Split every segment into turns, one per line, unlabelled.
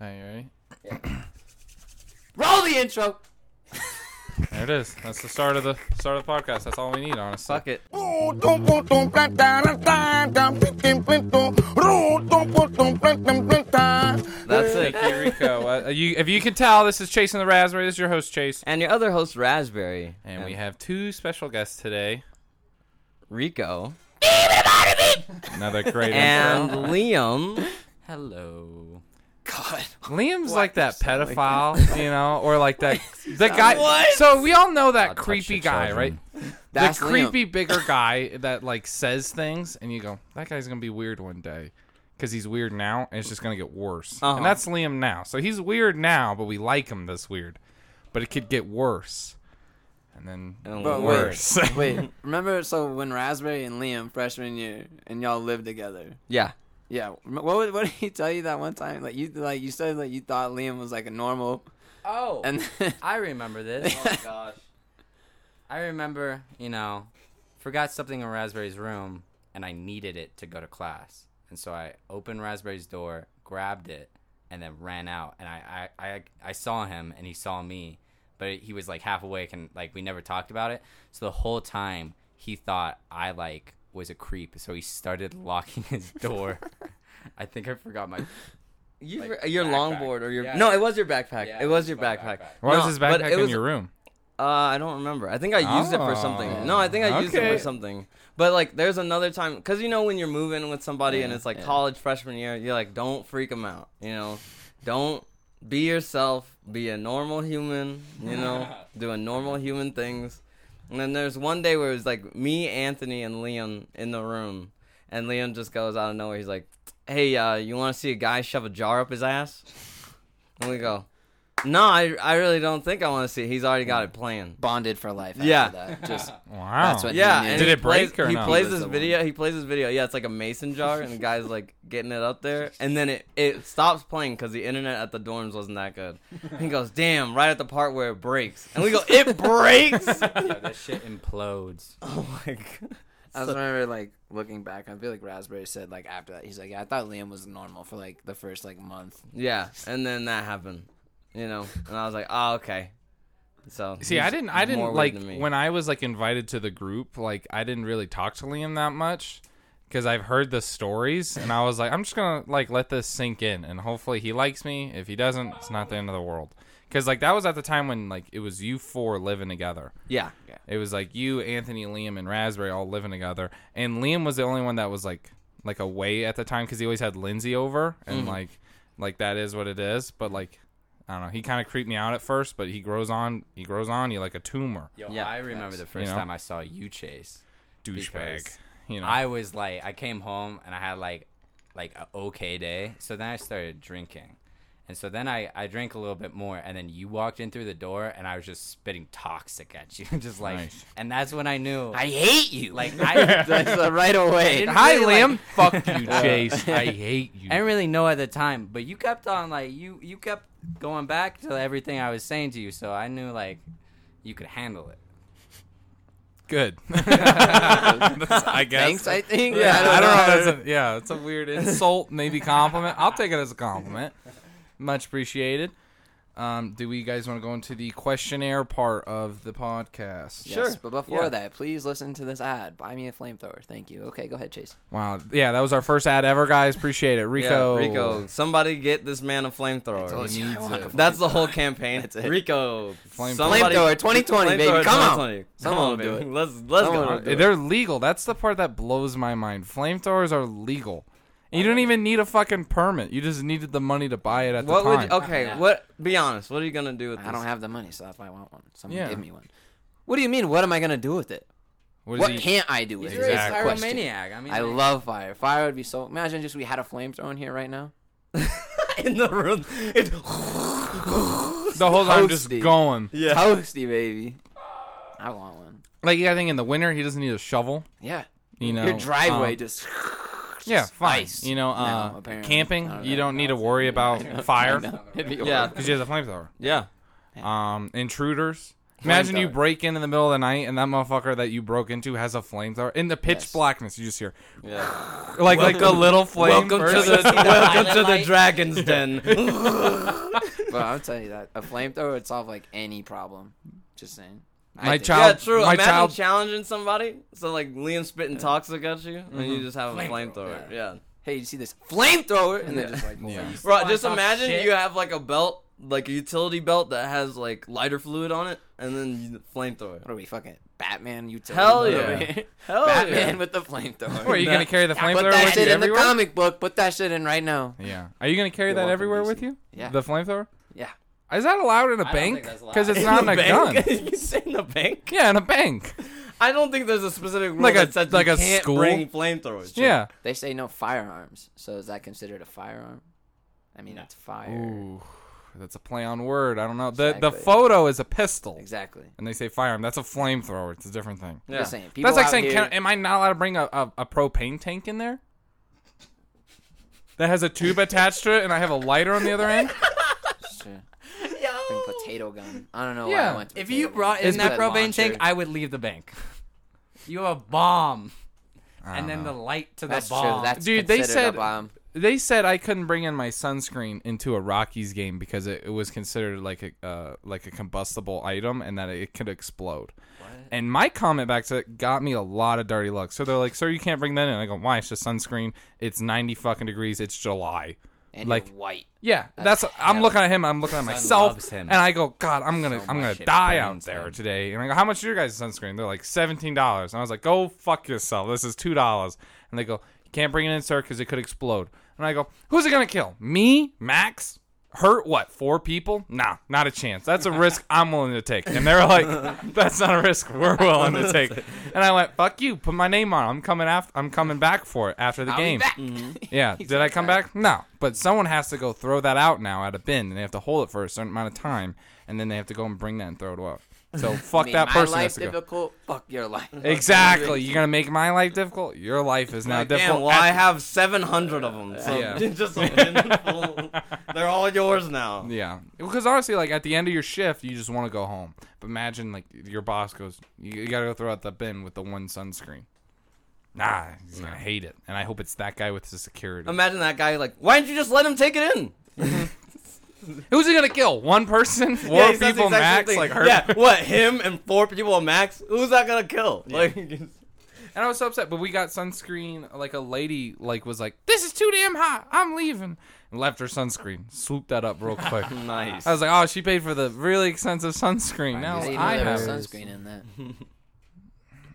Are you ready?
Roll the intro.
There it is. That's the start of the start of the podcast. That's all we need, honestly.
Fuck it. That's it.
Thank you, Rico. Uh, you, if you can tell, this is Chasing the Raspberry. This is your host, Chase,
And your other host, Raspberry.
and we have two special guests today.
Rico
Another great
and
intro.
Liam.
Hello.
God.
Liam's like that pedophile, you know, or like that the guy.
What?
So we all know that
touch
creepy
the
guy, right?
children.
The
That's
creepy bigger guy that like says things, and you go, "That guy's gonna be weird one day." Because he's weird now, and it's just gonna get worse.
Uh-huh.
And that's Liam now. So he's weird now, but we like him this weird. But it could get worse, and then
Liam.
But
worse.
Wait, remember? So when Raspberry and Liam freshman year, and y'all lived together.
Yeah.
Yeah. What would, what did he tell you that one time? Like you like you said like you thought Liam was like a normal,
Oh,
and then,
I remember this.
Oh, gosh.
I remember, you know, forgot something in Raspberry's room, and I needed it to go to class, and so I opened Raspberry's door, grabbed it, and then ran out. And I, I, I, I saw him, and he saw me, but he was like half awake, and like we never talked about it. So the whole time he thought I like was a creep, so he started locking his door. I think I forgot my
You,
Like,
your
backpack.
longboard or your
Yeah.
no, it was your backpack.
Yeah,
it
it
was
was
your
my
backpack.
backpack.
Why
no,
was his
but
backpack
it
in
was-
your room?
Uh, I don't remember. I think I used it for something. No, I think I used it
Okay.
for something. But like, there's another time because you know when you're moving with somebody and
Yeah,
it's like
yeah.
college freshman year, you're like, don't freak them out. You know, don't be yourself. Be a normal human. You know, doing normal human things. And then there's one day where it was like me, Anthony, and Liam in the room, and Liam just goes out of nowhere. He's like, "Hey, uh, you want to see a guy shove a jar up his ass?" And we go, "No, I, I really don't think I want to see. it. He's already
Hmm.
got it planned."
bonded for life. After
Yeah.
That. Just
Wow.
That's what-
Yeah,
Yeah.
and
Did
he
it break
plays,
or
he
no?
plays
That's
this
the
video. He plays this video. Yeah, it's like a mason jar, and the guy's like getting it up there, and then it it stops playing because the internet at the dorms wasn't that good. He goes, "Damn!" Right at the part where it breaks, and we go, "It breaks!"
Yo, that shit implodes.
oh my god!
I just remember like looking back. I feel like Raspberry said like after that he's like yeah, I thought Liam was normal for like the first like month.
Yeah, and then that happened, you know, and I was like, "Oh, okay." So
See,
he's
I didn't. I
more
didn't
weird
like
than me.
when I was like invited to the group. Like I didn't really talk to Liam that much because I've heard the stories, and I was like, I'm just gonna like let this sink in, and hopefully he likes me. If he doesn't, it's not the end of the world. Because like that was at the time when like it was you four living together.
yeah.
It was like you, Anthony, Liam, and Raspberry all living together, and Liam was the only one that was like like away at the time because he always had Lindsay over, and like like that is what it is. But like I don't know, he kind of creeped me out at first, but he grows on, he grows on you like a tumor,
Yo,
Yeah,
I remember the first
You know?
time I saw you chase.
douchebag.
Because
You know,
I was like, I came home and I had like, like a okay day. So then I started drinking, and so then I I drank a little bit more, and then you walked in through the door, and I was just spitting toxic at you, just like,
Nice.
and that's when I knew,
I hate you. Like
like I.
that's, uh, right away.
didn't
hi
really,
Liam,
like-
fuck you, Chase, I hate you.
I didn't really know at the time, but you kept on like you you kept going back to everything I was saying to you, so I knew like you could handle it.
Good. I guess.
Thanks. I think.
yeah, I don't know.
I
if That's a, yeah, it's a weird insult, maybe compliment. I'll take it as a compliment. Much appreciated. Um, do we guys want to go into the questionnaire part of the podcast?
Yes,
Sure.
But before
Yeah.
that, please listen to this ad. Buy me a flamethrower. Thank you. Okay, go ahead, Chase.
Wow. Yeah, that was our first ad ever, guys. Appreciate it. Rico.
Yeah, Rico, somebody get this man a flamethrower.
He needs it.
That's the whole campaign.
That's it.
Rico,
Flame-
somebody-
Flamethrower 2020, baby.
Flamethrower
Come on.
2020.
Someone
Come
will
on,
do
baby. Let's let's
Someone
go.
will do
They're legal. That's the part that blows my mind. Flamethrowers are legal. You don't even need a fucking permit. You just needed the money to buy it at the
What
time.
would you, okay?
Yeah.
What? Be honest. What are you gonna do with this?
I don't have the money, so that's why I want one. Someone
Yeah.
give me one. What do you mean? What am I gonna do with it?
What is
What
he-
can't I do with
He's
it? is the
Exactly.
a
question.
pyromaniac. I mean,
I
like-
love fire. Fire would be so. Imagine just we had a flamethrower in here right now.
in the room. It,
the whole time just
Toasty.
going.
yeah.
Toasty baby. I want one.
Like, yeah, I think in the winter, he doesn't need a shovel.
Yeah.
You know,
Your driveway
um,
just.
yeah, fine.
ice.
You know, uh,
No, apparently.
camping,
I don't
you
know.
don't need to worry about fire
It'd be
Yeah.
horrible.
because you have a flamethrower.
yeah.
Um, intruders, Imagine you
Flamethrower.
break in in the middle of the night and that motherfucker that you broke into has a flamethrower in the pitch
Yes.
blackness. You just hear
Yeah.
like like a little flame.
Welcome to
burst.
the welcome to the
Highlight.
dragon's den.
But I'll tell you that a flamethrower would solve like any problem. Just saying. I
My
think.
child-
yeah, true.
my
Imagine
child-
challenging somebody. So like Liam spitting toxic at you, and
Mm-hmm.
you just have a flamethrower. Yeah.
Hey, you see this flamethrower? And they're just like,
Yeah.
Bro,
Wanna
just
talk
imagine
shit?
you have like a belt, like a utility belt that has like lighter fluid on it, and then you- flamethrower.
what are we fucking Batman? You
Hell
yeah.
Hell
Batman
yeah.
with the flamethrower.
Where are you gonna carry the
Put
flamethrower
that
with you
shit in the
everywhere?
comic book. Put that shit in right now.
yeah. Are you gonna carry
You're
that
welcome,
everywhere
DC.
with you?
Yeah.
The flamethrower?
Yeah.
Is that allowed in a
I don't
bank?
think that's allowed.
Because it's
In
not in
the
a gun.
you say in the bank?
Yeah, in a bank.
I don't think there's a specific rule
Like a-
that says
like
you
a
can't
school?
bring flamethrowers. Jake.
Yeah.
They say no firearms. So is that considered a firearm? I mean,
No.
it's fire.
Ooh, that's a play on word. I don't know. The the
Exactly.
photo is a pistol,
Exactly.
and they say firearm. That's a flamethrower. It's a different thing.
Yeah.
Just saying. People
that's like
out
saying,
here,
can, am I not allowed to bring a, a, a propane tank in there? That has a tube attached to it, and I have a lighter on the other end.
Sure. Bring potato gun. I don't know why
Yeah.
I went to
If
potato
you
gun.
brought
It's
in that
Said
propane
launcher.
tank, I would leave the bank. You have a bomb,
I
and
don't
then
know.
the light to the
That's
bomb.
true. That's
Dude, they
considered a
said-
bomb.
they said I couldn't bring in my sunscreen into a Rockies game because it, it was considered like a uh, like a combustible item and that it could explode. And my comment back to it got me a lot of dirty looks. So they're like, "Sir, you can't bring that in." I go, "Why? It's just sunscreen. It's ninety fucking degrees. It's July."
and
like-
you're white.
Yeah, that's. I'm looking at him. I'm looking at myself,
loves him.
and I go, "God, I'm gonna, I'm
much
gonna
it
die out
burns
there
him.
today." And I go, "How much is your guys' sunscreen?" They're like seventeen dollars, and I was like, "Go fuck yourself. This is two dollars." And they go, "You can't bring it in, sir, because it could explode." And I go, "Who's it gonna kill? Me, Max?" Hurt what? Four people? Nah, not a chance. That's a risk I'm willing to take. And they're like, "That's not a risk we're willing to take." And I went, "Fuck you! Put my name on. it. I'm coming after. I'm coming back for it after the
I'll
game."
be back.
Yeah. Did I come back? No. But someone has to go throw that out now at a bin, and they have to hold it for a certain amount of time, and then they have to go and bring that and throw it out. So fuck
Made
that
my
person.
life
Has to go.
difficult. Fuck your life.
Exactly. You're gonna make my life difficult. Your life is now
Like,
difficult.
Damn, well, I
at-
have 700 of them. So
Yeah.
just a handful. They're all yours now.
yeah. Because honestly, like at the end of your shift, you just want to go home. But imagine like your boss goes, "You, you gotta go throw out the bin with the one sunscreen." Nah, he's gonna hate it, and I hope it's that guy with the security.
Imagine that guy like, why didn't you just let him take it in?
Who's he gonna kill? One person, four
he says the
people,
exact same
max, like
thing.
her.
Yeah, what him and four people at max? Who's that gonna kill? Like,
And I was so upset, but we got sunscreen. Like a lady, like was like, "This is too damn hot. I'm leaving," and left her sunscreen. Swooped that up real quick.
nice.
I was like, "Oh, she paid for the really expensive sunscreen. Now
I didn't
I
know there
have."
was sunscreen in that.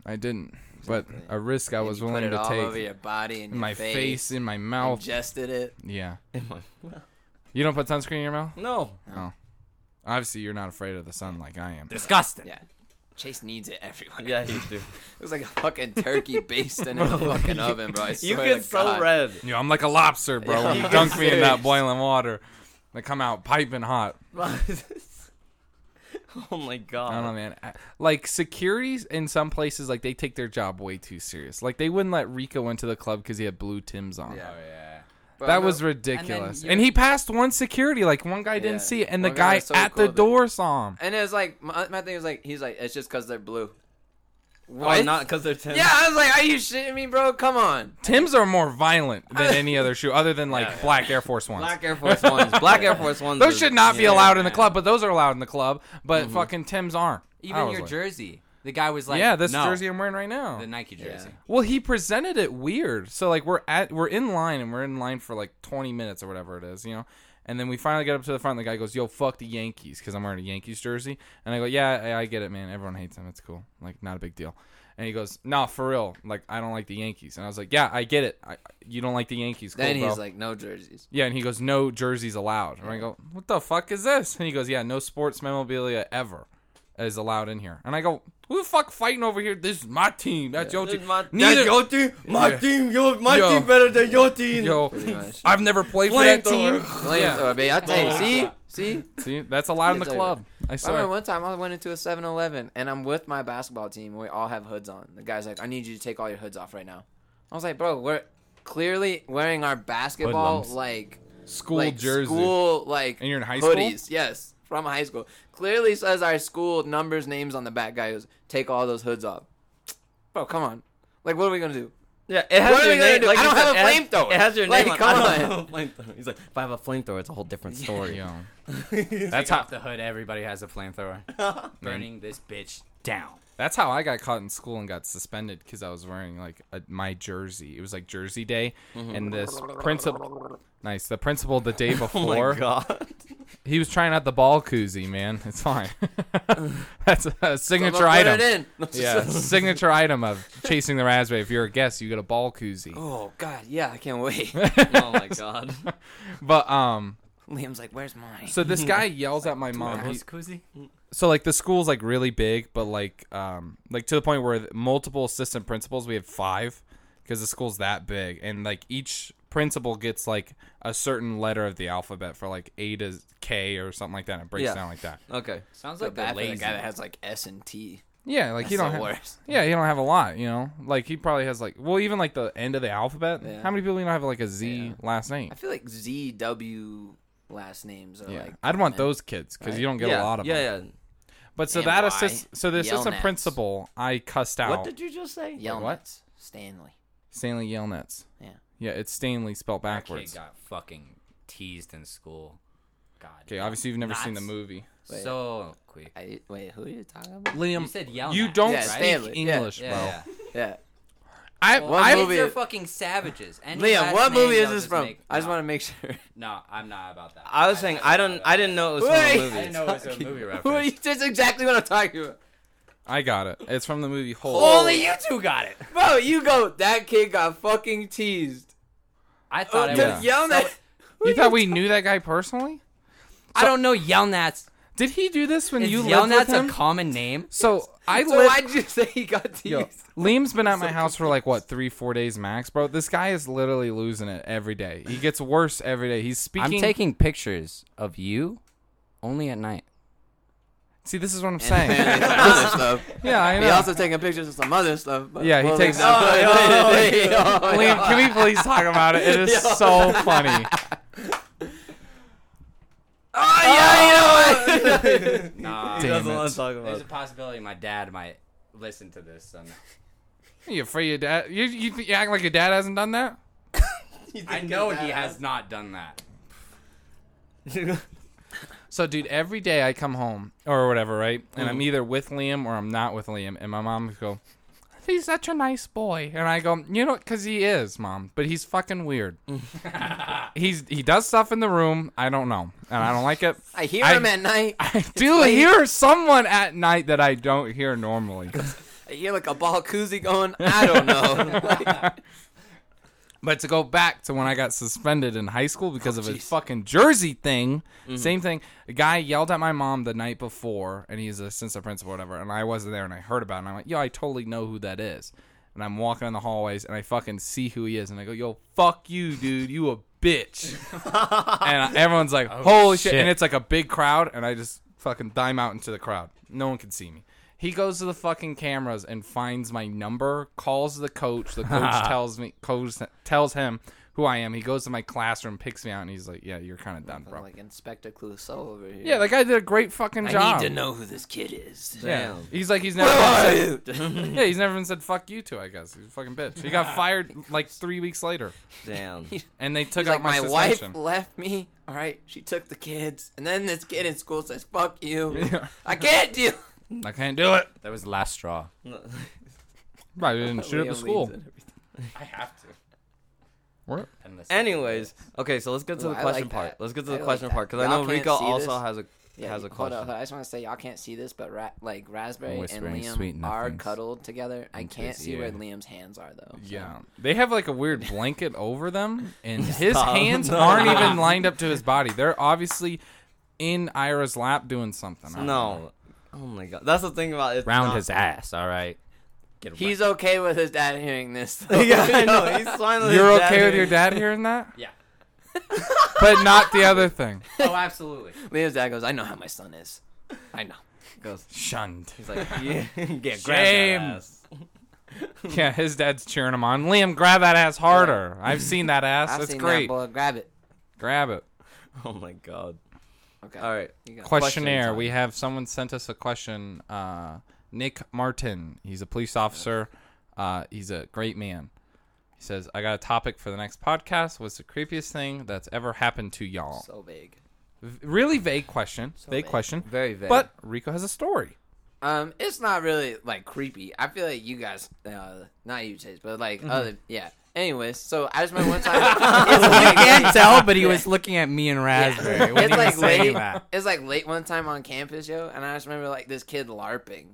I didn't, but a risk I was
you
willing
put it
to
all
take.
over your body and
in
your
my face, in my mouth.
Ingested it.
yeah. You don't put sunscreen in your mouth.
no.
Obviously, you're not afraid of the sun like I am.
Disgusting.
Yeah. Chase needs it everywhere.
Yeah, you do.
It was like a fucking turkey based in a fucking oven, bro. I
You
swear to
get so
God.
red.
You know, I'm like a lobster, bro. when you dunk me in that boiling water, I come out piping hot.
oh my
I don't know,
god.
man. I- Like securities in some places, like they take their job way too serious. Like they wouldn't let Rico into the club because he had blue Tims on.
Yeah.
yeah.
Bro,
That
no,
was ridiculous. uh, And,
you're-
he passed one security. Like one guy
Yeah.
didn't see it, and the
One guy
guy
was so
at
cool
the
that-
door saw him.
And it was like my, my thing was like he's like it's just because they're blue. Oh,
Why not? Because they're ten.
Yeah, I was like, are you shitting me, bro? Come on.
Tims are more violent than any other shoe, other than like black Air Force Ones.
Black Air Force Ones. Black Air Force Ones.
those
are-
should not be
yeah.
allowed in the club, but those are allowed in the club. But fucking Tims aren't. Mm-hmm. I
Even
was
your
like,
jersey. The guy was like,
yeah, this
no,
jersey I'm wearing right now.
the Nike jersey.
Well, he presented it weird. So like we're at we're in line and we're in line for like 20 minutes or whatever it is, you know. And then we finally get up to the front. And the guy goes, "Yo, fuck the Yankees," because I'm wearing a Yankees jersey. And I go, "Yeah, I, I get it, man. Everyone hates them. It's cool. Like not a big deal." And he goes, "Nah, for real. Like I don't like the Yankees." And I was like, "Yeah, I get it. I, you don't like the Yankees." Cool,
Then
bro.
he's like, no jerseys.
Yeah, and he goes, "No jerseys allowed." And I go, "What the fuck is this?" And he goes, "Yeah, no sports memorabilia ever is allowed in here." And I go, "Who the fuck fighting over here? This is my team. That's your
This
team.
is My,
Neither
that's your team. My
Yeah.
team. Your my
Yo.
team better than your team.
yo.
Pretty much.
I've never played for that team.
Flamethrower.
Flames, oh, baby, I tell you, see, see.
See, that's allowed in the
It's over.
club. I
I remember
swear.
one time I went into a 7-Eleven and I'm with my basketball team. and We all have hoods on. The guy's like, I need you to take all your hoods off right now. I was like, bro, we're clearly wearing our basketball
Hoodlums.
like
School
like
jersey.
school like
And you're in high school?
hoodies. Yes, from high school. Clearly says our school numbers, names on the back. Guy goes, take all those hoods off. Bro, come on. Like, what are we gonna do?
Yeah, it has
What are
your
we gonna
name.
do?
Like
I
you
don't
said,
have a
it has-
flamethrower.
It has your
Like,
name on.
come
I don't
on.
have a flamethrower. He's like, if I have a flamethrower, it's a whole different story.
Yo,
That's
that's
off
how
the hood. Everybody has a flamethrower. Burning this bitch down.
that's how I got caught in school and got suspended because I was wearing like a, my jersey. It was like Jersey Day, and this principal, nice, the principal the day
Oh my
before,
god.
he was trying out the ball koozie. Man, it's fine. that's a signature
Put
item.
it in.
Yeah, signature item of chasing the raspberry. If you're a guest, you get a ball koozie.
Oh God, yeah, I can't wait.
Oh my god.
But um,
Liam's like, where's mine?
so this guy yells at my mom. He-
Who's Koozie?
so like the school's like really big, but like um, like to the point where th- multiple assistant principals. We had five because the school's that big, and like each principal gets like a certain letter of the alphabet for like A to K or something like that. And it breaks
Yeah.
down like that.
Uh,
Okay.
Sounds
It's
like
like
the
bad for the
lazy.
guy that has like S and T.
Yeah, like he
That's
don't
the
have.
worst.
Yeah, he don't have a lot. You know, like he probably has like well, even like the end of the alphabet.
Yeah.
How many people you know have like a Z last name?
I feel like Z W last names are
Yeah,
like.
I'd want
common.
those kids because you don't get a
yeah,
lot of
yeah,
them. But so that
NY,
assist, so the assistant
Yelnats.
principal, I cussed
yeah.
out.
What did you just say?
Yelnats.
what?
Stanley.
Stanley Yelnats.
Yeah.
Yeah, it's Stanley spelled
That kid
backwards.
got fucking teased in school. God.
Okay, obviously you've never seen the
Nuts.
movie.
So quick.
I, wait, who are you talking about?
Liam,
You said Yelnats.
you don't
Yeah,
speak
Stanley. Yeah.
English,
Yeah.
bro.
yeah.
Yeah.
I,
What
I,
movie-
Kids are fucking savages. Any
Liam,
last
what
name
movie is
they'll
this from?
make-
I just
no,
want to make sure.
No, I'm not about that.
I was saying I don't I didn't know it was
Wait.
from a
I
movie.
didn't know it was a movie
Who are
reference.
you? That's exactly what I'm talking about.
I got it. It's from the movie Hole.
Only you two got it.
Bro, you go. That kid got fucking teased.
I thought it
The
Yeah.
was.
Yelnats.
You thought we knew that guy personally?
I don't know Yelnats.
Did he do this when
Is
you lived with
Yelnats
him?
a common name?
so I
so
lived.
why'd you say he got teased?
Yo, Liam's been at my house for like what three, four days max, bro. This guy is literally losing it every day. He gets worse every day. He's speaking.
I'm taking pictures of you only at night.
See, this is what I'm saying.
Apparently some other stuff.
yeah, I know.
He also taking pictures of some other stuff. But
Yeah, he
we'll
takes-
leave Oh, that-
Liam, can we please talk about it? It is so funny.
Oh, yeah, you know what?
Nah.
He doesn't
Damn
want
it.
to talk about.
There's a
it.
possibility my dad might listen to this. So
You afraid your dad? You, you, th- you act like your dad hasn't done that?
I know he has not done that.
So, dude, every day I come home or whatever, right? And I'm either with Liam or I'm not with Liam. And my mom would go, "He's such a nice boy," and I go, "You know, because he is, mom. But he's fucking weird. he's he does stuff in the room. I don't know, and I don't like it.
I hear
I-
him at night.
I do
late.
hear someone at night that I don't hear normally.
I hear like a ball koozie going. I don't know.
But to go back to when I got suspended in high school because of his fucking jersey thing, same thing. A guy yelled at my mom the night before, and he's a since a principal, or whatever. And I wasn't there, and I heard about, it, and I'm like, yo, I totally know who that is. And I'm walking in the hallways, and I fucking see who he is, and I go, yo, fuck you, dude, you a bitch. and everyone's like, holy shit.
shit.
And it's like a big crowd, and I just fucking dime out into the crowd. No one can see me. He goes to the fucking cameras and finds my number, calls the coach. The coach tells me, coach tells him who I am. He goes to my classroom, picks me out, and he's like, "Yeah, you're kind of done, bro."
like Inspector Clouseau over here.
Yeah, that guy did a great fucking
I
job.
need to know who this kid is.
Yeah,
Damn.
he's like he's never. Been said, yeah, he's never been said "fuck you" to. I guess he's a fucking bitch. He got fired like three weeks later,
Damn.
and they took
He's
out
like, my, wife
suspension.
left me. All right, she took the kids, and then this kid in school says, "Fuck you." I can't do.
I can't do it.
That was the last straw.
Right, he didn't shoot up
Liam
the school.
leads it.
I have to.
What?
Unless
Anyways, okay, so let's get to
Ooh,
the
I
question
like
part.
that.
Let's get to
I
the
like
question
that.
part because I
Y'all
know
can't
Rico
see
also
this.
has a
Yeah, hold
has a
on,
question.
hold on. I just want to say y'all can't see this, but ra- like Raspberry and
Whispering
Liam
sweet
are
nothings
cuddled together. I
into
can't
his
see where
ear.
Liam's hands are though. so-
Yeah, they have like a weird blanket over them, and his
Stop.
hands
No.
aren't even lined up to his body. They're obviously in Ira's lap doing something. I don't know.
No. Oh my god. That's the thing about it.
round his ass. All right. Get
He's okay with his dad hearing this. though.
yeah, I know. He's finally.
you're okay with your dad hearing that,
yeah.
but not the other thing.
Oh, absolutely.
Liam's dad goes, "I know how my son is. I know."
Goes,
Shunned.
he's like, yeah, yeah, grab that
Shame.
ass.
Yeah, his dad's cheering him on. Liam, grab that ass harder. I've seen that ass.
I've
That's
seen
great.
that boy grab it.
grab it.
Oh my god.
Okay.
All right.
You got it.
questionnaire.
Question
we have someone sent us a question. Uh, Nick Martin. He's a police officer. Uh, he's a great man. He says, "I got a topic for the next podcast. What's the creepiest thing that's ever happened to y'all?"
So big.
V- really vague question. vague
vague.
question.
Very vague.
But Rico has a story.
Um, it's not really like creepy. I feel like you guys, uh, not you guys, but
Mm-hmm.
like other, yeah. Anyways, so I just remember one time. it's
you
late.
can't tell, but he was looking at me and Raspberry
Yeah.
when
It's
he was
like
saying
late.
that.
It's like late one time on campus, yo, and I just remember like this kid larping,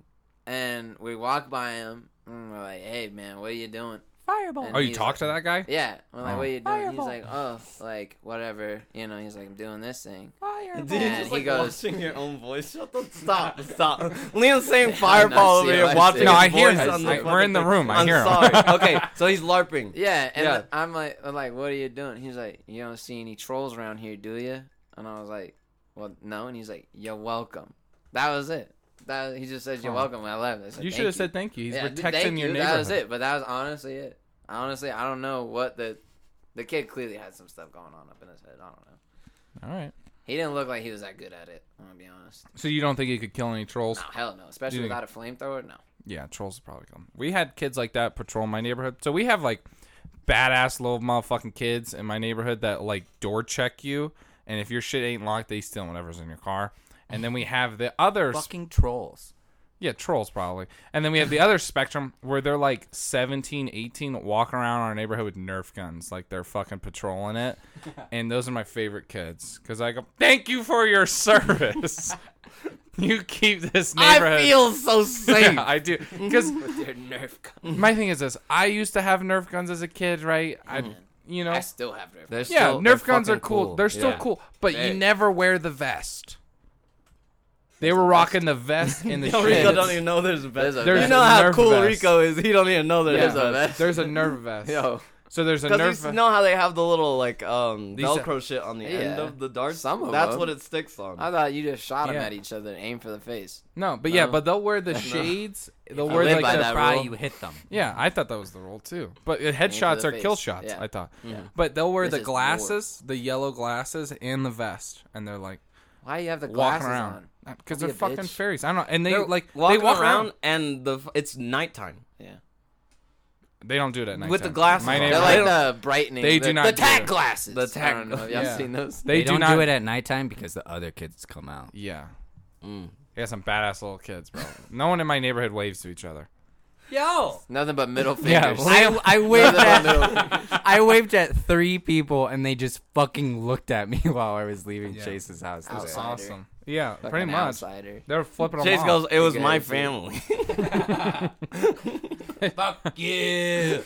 and we walk by him, and we're like, "Hey, man, what are you doing?"
Fireball.
And
Oh, you
he's
talked to that guy?
Yeah, we're like,
Oh.
"What are you doing?"
Fireball.
He's like, "Oh, like whatever," you know. He's like, "I'm doing this thing."
Fireball.
Dude,
Yeah,
you're just
he
like
goes-
watching your own voice. Shut the stop, stop. Liam's saying fireball
see
over
it, I
here,
see
watching
it.
No,
his
I hear
voice
him.
on the
I- we're
fucking
in the
thing.
room, I
I'm
hear him.
sorry. Okay, so he's larping.
Yeah, and
Yeah.
th- I'm like, I'm like, what are you doing? He's like, you don't see any trolls around here, do you? And I was like, well, no. And he's like, you're welcome. That was it. That he just said you're welcome. and I left. I said,
You
"Thank
should have said thank you. He's
Yeah, dude,
protecting
thank
your
you.
neighborhood.
That was it. But that was honestly it. Honestly, I don't know what the the kid clearly had some stuff going on up in his head. I don't know.
All right.
He didn't look like he was that good at it. I'm gonna be honest.
So you don't think you could kill any trolls?
No, hell no. Especially
You think-
without a flamethrower. No.
Yeah, trolls would probably come. We had kids like that patrol my neighborhood. So we have like badass little motherfucking kids in my neighborhood that like door check you, and if your shit ain't locked, they steal whatever's in your car. And then we have the other, sp-
Fucking trolls.
yeah, trolls probably. And then we have the other spectrum where they're like 17, 18, walking around our neighborhood with Nerf guns, like they're fucking patrolling it. And those are my favorite kids because I go, "Thank you for your service. you keep this neighborhood."
I feel so safe.
yeah, I do because
With your Nerf gun.
my thing is this: I used to have Nerf guns as a kid, right? I, you know,
I still have Nerf.
They're
guns.
yeah,
still- they're
Nerf guns are
fucking
cool. They're still
Yeah.
cool, but
They-
you never wear the vest. They were rocking the vest in the
Yo, Rico don't
shades.
even know there's a
There's
vest.
a
There's
you
a
know how
Nerf
cool
vest.
Rico is. He don't even know there's
Yeah.
a vest.
There's a Nerf vest.
Yo,
So there's a Nerf
Because you
vest.
know how they have the little like um
These-
Velcro shit on the end
Yeah.
of the darts.
Some of
That's
them.
what it sticks on.
I thought you just shot them
Yeah.
at each other and aimed for the face.
No, but yeah,
No.
but they'll wear the shades. They'll
I
wear
live
like
by
the
that
Try
rule.
you hit them.
Yeah, I thought that was the rule too. But it-
the
headshots are kill
face.
shots.
Yeah.
I thought.
Yeah.
But they'll wear
This
the
is war.
glasses, the yellow glasses, and the vest, and they're like
Why you have the
walking
glasses
around
on?
because
Don't
they're
be a
fucking
bitch.
fairies. I don't know, and they
They're
like they
walking
walk around.
around, and the f- it's nighttime.
Yeah.
They don't do it at night.
With the glasses
My
on.
neighbor,
They're
They
like
don't-
the brightening.
they
the,
do not
the
do
tack
it.
glasses.
The tack-
I don't know if y'all
Yeah.
seen those.
they,
They,
do
don't
not
do it at nighttime because the other kids come out.
Yeah.
Mm.
They got some badass little kids, bro. no one in my neighborhood waves to each other.
Yo!
Nothing but middle
Yeah,
fingers.
I, I waved
Nothing but
at
middle fingers.
I waved at three people and they just fucking looked at me while I was leaving
Yeah.
Chase's house. today.
Outside. Outsider.
Awesome. Yeah,
Fucking
pretty much.
Outsider.
They're flipping them
Chase
off.
goes, it was
Good
my
idea.
family.
Fuck you.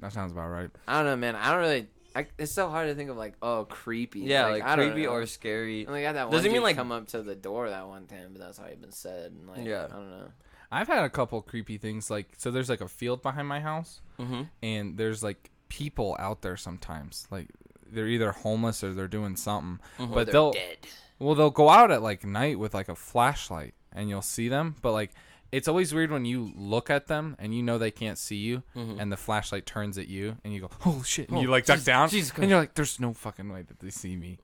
that sounds about right.
I don't know, man. I don't really. I, it's so hard to think of like, oh, creepy.
yeah, like,
I don't
creepy
know.
or scary.
And they got that
Does
one
it mean,
dude
like-
come up to the door that one time, but that's already been said. And like,
Yeah.
I don't know.
I've had a couple creepy things. Like, so there's like a field behind my house,
Mhm.
and there's like people out there sometimes. Like, they're either homeless or they're doing something. But
They're
they'll
dead.
Well, they'll go out at like night with like a flashlight and you'll see them, but like it's always weird when you look at them and you know they can't see you and the flashlight turns at you and you go, "Oh shit." And you like duck down
Jesus
and you're like, "There's no fucking way that they see me."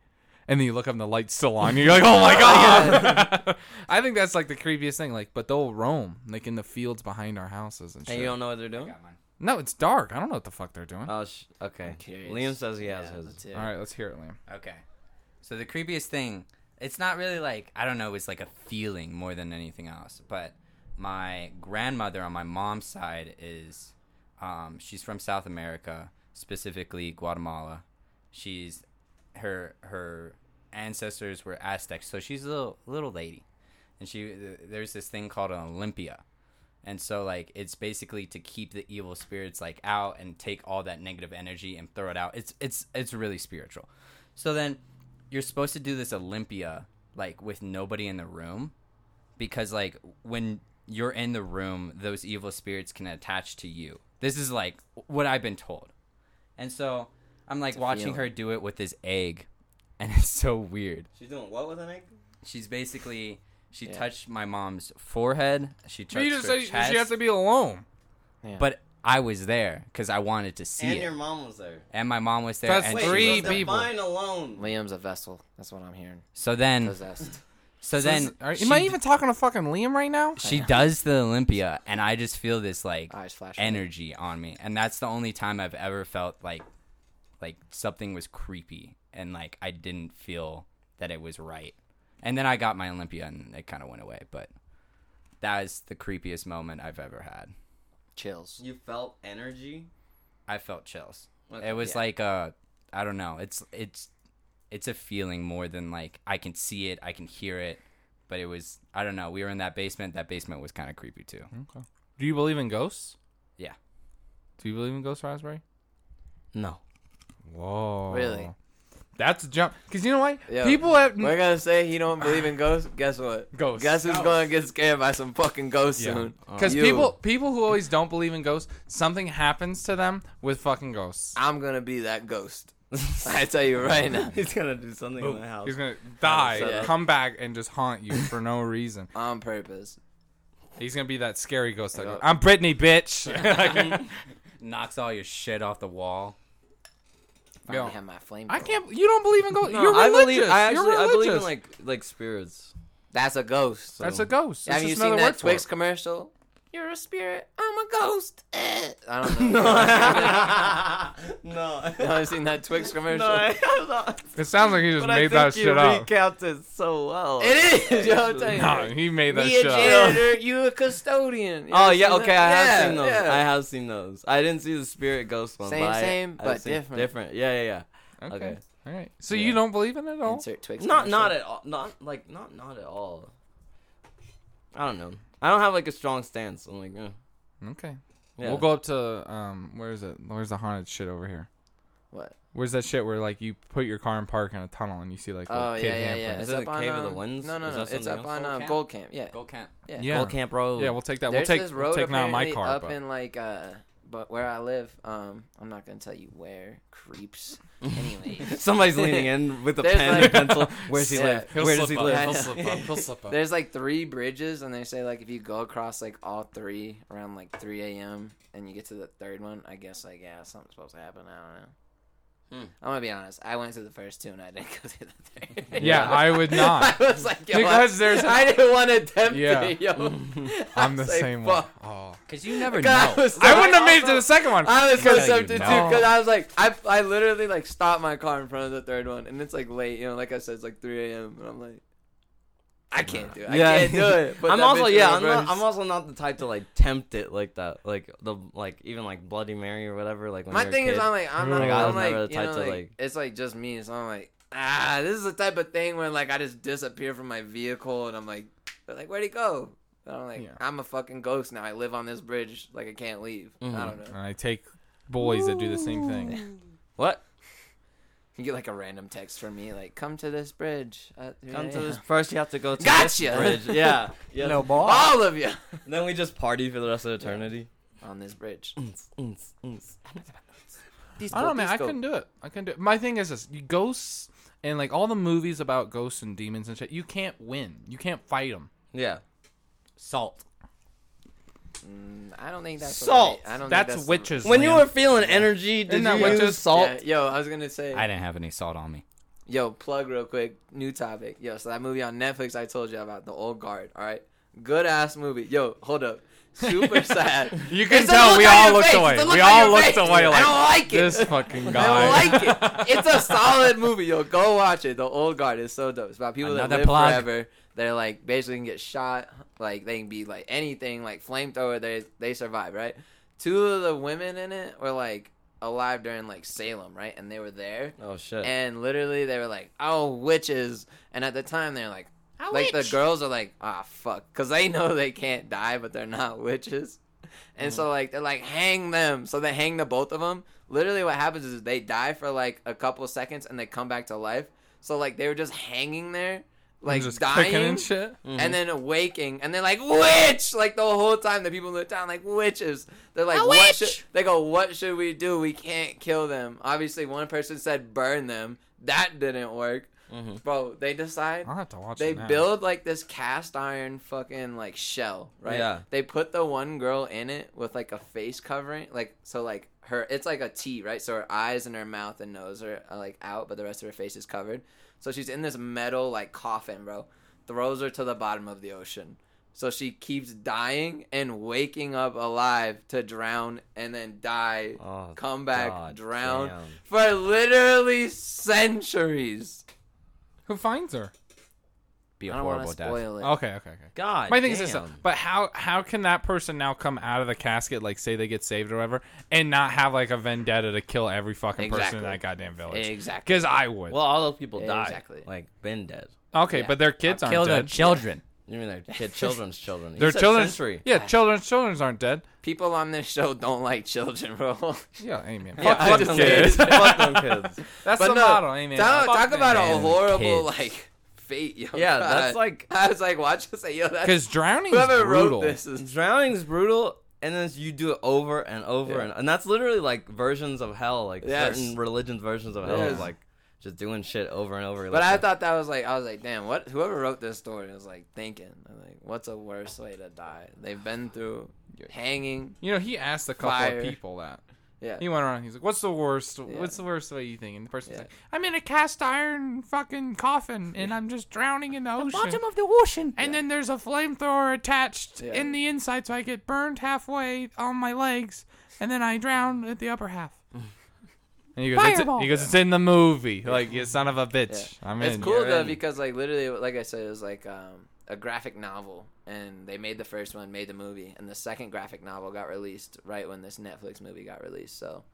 And then you look up and the light's still on. You're like, "Oh my god." I think that's like the creepiest thing like but they'll roam like in the fields behind our houses and shit.
And you don't know what they're doing?
no, it's dark. I don't know what the fuck they're doing.
Oh, sh- okay.
Curious.
Liam says he has
Yeah,
his.
that's it.
All right, let's hear it, Liam.
Okay. So the creepiest thing, it's not really like I don't know, it's like a feeling more than anything else. But my grandmother on my mom's side is, um, she's from South America, specifically Guatemala. She's her her ancestors were Aztecs, so she's a little little lady, and she th- there's this thing called an Olympia. And so, like, it's basically to keep the evil spirits like out and take all that negative energy and throw it out. It's it's it's really spiritual. So then you're supposed to do this Olympia like with nobody in the room because like when you're in the room, those evil spirits can attach to you. This is like what I've been told. And so I'm like watching
feeling.
her do it with this egg and it's so weird.
She's doing what with an egg?
She's basically she touched my mom's forehead, she touched her chest.
be alone.
But I was there because I wanted to see
and
it,
your mom was there.
and my mom was there.
That's
and
Wait,
she
three
was
was
there.
people.
Divine alone.
Liam's a vessel. That's what I'm hearing.
So then,
Possessed.
so then,
Are-
she
am I
d-
even talking to fucking Liam right now?
she does the Olympia, and I just feel this like
Eyes flash.
energy on me, and that's the only time I've ever felt like like something was creepy, and like I didn't feel that it was right. And then I got my Olympia, and it kind of went away. But that is the creepiest moment I've ever had.
chills.
You felt energy.
I felt chills.
Okay,
it was
yeah.
like a, I don't know. It's it's it's a feeling more than like I can see it, I can hear it, but it was I don't know. We were in that basement. That basement was kind of creepy too.
Okay. Do you believe in ghosts?
Yeah.
Do you believe in ghost raspberry?
No.
Whoa.
Really?
That's a jump. Cause you know what?
Yo,
People have
We're gonna say he don't believe in ghosts. Guess what?
Ghosts.
Guess who's
Ghosts.
gonna get scared by some fucking ghosts
Yeah.
soon?
Oh.
Because
You.
people people who always don't believe in ghosts, something happens to them with fucking ghosts.
I'm gonna be that ghost. I tell you right now.
He's gonna do something in the house.
He's gonna die,
Yeah.
come back, and just haunt you for no reason.
On purpose.
He's gonna be that scary ghost. That
Yeah.
goes, I'm Brittany, bitch. Like,
Knocks all your shit off the wall.
Finally
Yo.
have my flame.
I can't. You don't believe in ghosts. You're
I
religious.
believe. I
You're
actually. I
religious.
believe in like like spirits.
That's a ghost.
That's a ghost. That's
Have you
just
seen
another
that
word for
Twix
it.
commercial? You're a spirit. I'm a ghost. Eh. I don't know.
no.
You ever seen that Twix commercial?
It sounds like he just
But I
made that
think you
shit up.
recounted it so well.
It is. Yo, I'm telling you.
No, he made that
Me a
shit up.
janitor, you a custodian. You
Oh
ever
yeah,
seen
okay, I
that?
have
Yeah,
seen those.
yeah.
I have seen those. I didn't see the spirit ghost one.
Same,
I-
same,
I've
but
seen-
different.
Different. Yeah, yeah,
Okay.
Okay.
All right. So
Yeah.
you don't believe in it at all?
Insert Twix.
yeah. Not,
commercial.
not at all. Not like, not, not at all. I don't know. I don't have like a strong stance. I'm like, eh.
Okay.
yeah.
We'll go up to um. Where is it? Where's the haunted shit over here?
What?
Where's that shit where like you put your car and park in a tunnel and you see like
Oh
little kid
yeah, yeah, yeah.
handprints?
Is it the Cave of the
um,
Winds?
No, no,
Is
no.
that
It's
something
up
else?
on um,
Gold
Gold Camp. Yeah.
Go camp.
Yeah.
Yeah.
Gold Camp Road.
Yeah, we'll take that.
There's
we'll take
this road
we'll take not my
apparently
car,
up
but
in like uh, but where I live, um, I'm not gonna tell you where. Creeps. Anyways,
Somebody's leaning in with a
There's
pen
like-
and pencil. Where's he
Yeah.
live?
He'll
Where
slip
does he
up.
live?
He'll
slip up. He'll slip up.
There's like three bridges, and they say like if you go across like all three around like 3 a.m. and you get to the third one, I guess like yeah, something's supposed to happen. I don't know.
Hmm.
I'm gonna be honest. I went to the first two and I didn't go to the third.
Yeah, I would not.
I was like, yo,
Because
I,
there's-
I didn't want to tempt
Yeah. Mm-hmm.
it, yo. I
I'm the
was like,
same
fuck.
one. Oh.
Cause you never
God, I,
know.
was
I
like-
wouldn't have made it to the second one.
I was so
Yeah, you
tempted too
know.
because I was like, I, I literally like stopped my car in front of the third one, and it's like late, you know, like I said, it's like 3 a.m. and I'm like, I can't do it. I can't do it. But
I'm
that
also
bitch in
yeah. I'm not,
reverse.
I'm also not the type to like tempt it like that. Like the like even like Bloody Mary or whatever. Like when
My
you're a
thing is,
kid.
I'm like, I'm
Like,
not,
I
I'm
was never
like,
the
you
type
know,
to,
like,
like-
it's like just me, so I'm like, ah, this is the type of thing where like I just disappear from my vehicle, and I'm like, they're like, where'd he go? And I'm like,
Yeah.
I'm a fucking ghost now. I live on this bridge, like I can't leave.
Mm-hmm.
I don't know.
And I take boys that do the same thing.
what?
You get like a random text from me, like, come to this bridge. Uh, at 3
Come to
a.m.
this first. You have to go to
Gotcha.
this bridge. Yeah. yeah. No ball.
all of you
Then we just party for the rest of eternity.
on this bridge.
Mm.
I don't know, man. I couldn't do it. I couldn't do it. My thing is this: you ghosts and like all the movies about ghosts and demons and shit. You can't win. You can't fight them.
Yeah.
Salt.
Mm, I don't think that's the
Salt.
Right. I don't
That's,
think that's the-
witches.
When you
Liam.
were feeling energy, did
Isn't that
you
what
use
just-
salt?
Yeah, yo, I was gonna say.
I didn't have any salt on me.
Yo, plug real quick. New topic. Yo, so that movie on Netflix I told you about, The Old Guard. All right, good ass movie. Yo, hold up. Super sad.
You can
It's a
tell
look
we
on
all
your
looked
face.
away.
It's a look
We
on
all
your
looked
face.
away. Like
I don't like it.
this fucking guy.
I don't like it. It's a solid movie. Yo, go watch it. The Old Guard is so dope. It's about people that
Another
live
plug.
forever. They're like basically can get shot. Like they can be like anything. Like flamethrower. They they survive. Right. Two of the women in it were like alive during like Salem. Right, and they were there.
Oh shit.
And literally they were like, "Oh, witches!" And at the time they're like, like the girls are like, "Ah, fuck," because they know they can't die, but they're not witches. And
Mm.
so like they're like, "Hang them!" So they hang the both of them. Literally, what happens is they die for like a couple seconds and they come back to life. So like they were just hanging there, like
just clicking
dying
and shit.
and then awaking, and they're like witch, like the whole time the people in the town like witches. They're like what? Should, they go, what should we do? We can't kill them. Obviously, one person said burn them. That didn't work. Bro, they decide
I'll have to watch.
they
it now.
build like this cast iron fucking like shell, right?
Yeah.
They put the one girl in it with like a face covering, like so like her it's like a T, right? So her eyes and her mouth and nose are, are like out, but the rest of her face is covered. So she's in this metal like coffin, bro. Throws her to the bottom of the ocean. So she keeps dying and waking up alive to drown and then die,
Oh,
come back,
God
drown
damn.
for literally centuries.
Who finds her?
Be a
I don't want
horrible
to
death.
spoil it.
Okay, okay, okay.
God.
My thing is this, uh,
damn.
though, but how how can that person now come out of the casket, like say they get saved or whatever, and not have like a vendetta to kill every fucking person
Exactly.
in that goddamn village?
Exactly.
Because I would.
Well, all those people died.
Exactly.
Like been dead.
okay,
yeah.
but their kids aren't
Kill their
dead.
children.
You mean their kid, children's children? You
Their
said
children.
Century.
Yeah, children's children's aren't dead.
People on this show don't like children, bro.
Yeah, amen.
Yeah,
Fuck
I
them
just-
kids.
Fuck them kids.
That's
but
the
no,
model, amen.
Talk,
Fuck
talk
them.
about a
Damn
horrible
kids.
like fate, yo.
Yeah,
God.
that's like
I was like, watch this, like, yo, that's
Because drowning is
whoever
brutal.
wrote this is
drowning's brutal, and then you do it over and over, and, and that's literally like versions of hell, like
Yes.
certain religions versions of hell,
Yes.
is like just doing shit over and over.
But I
like,
thought that was like I was like, damn, what whoever wrote this story was like thinking. I'm like, what's a worse way to die? They've been through hanging.
You know, he asked a couple
Fire.
of people that.
Yeah.
He went around. He's like, "What's the worst? What's the worst way you think?" And the person's
Yeah.
like, "I'm in a cast iron fucking coffin, and I'm just drowning in the, ocean.
of the ocean.
and then there's a flamethrower attached
Yeah.
in the inside, so I get burned halfway on my legs, and then I drown at the upper half." And he goes, it's,
Fireball.
he goes, "It's in the movie, like you son of a bitch."
Yeah.
I mean,
it's cool
you're
though
in.
because like literally, like I said, it was like um, a graphic novel, and they made the first one, made the movie, and the second graphic novel got released right when this Netflix movie got released. So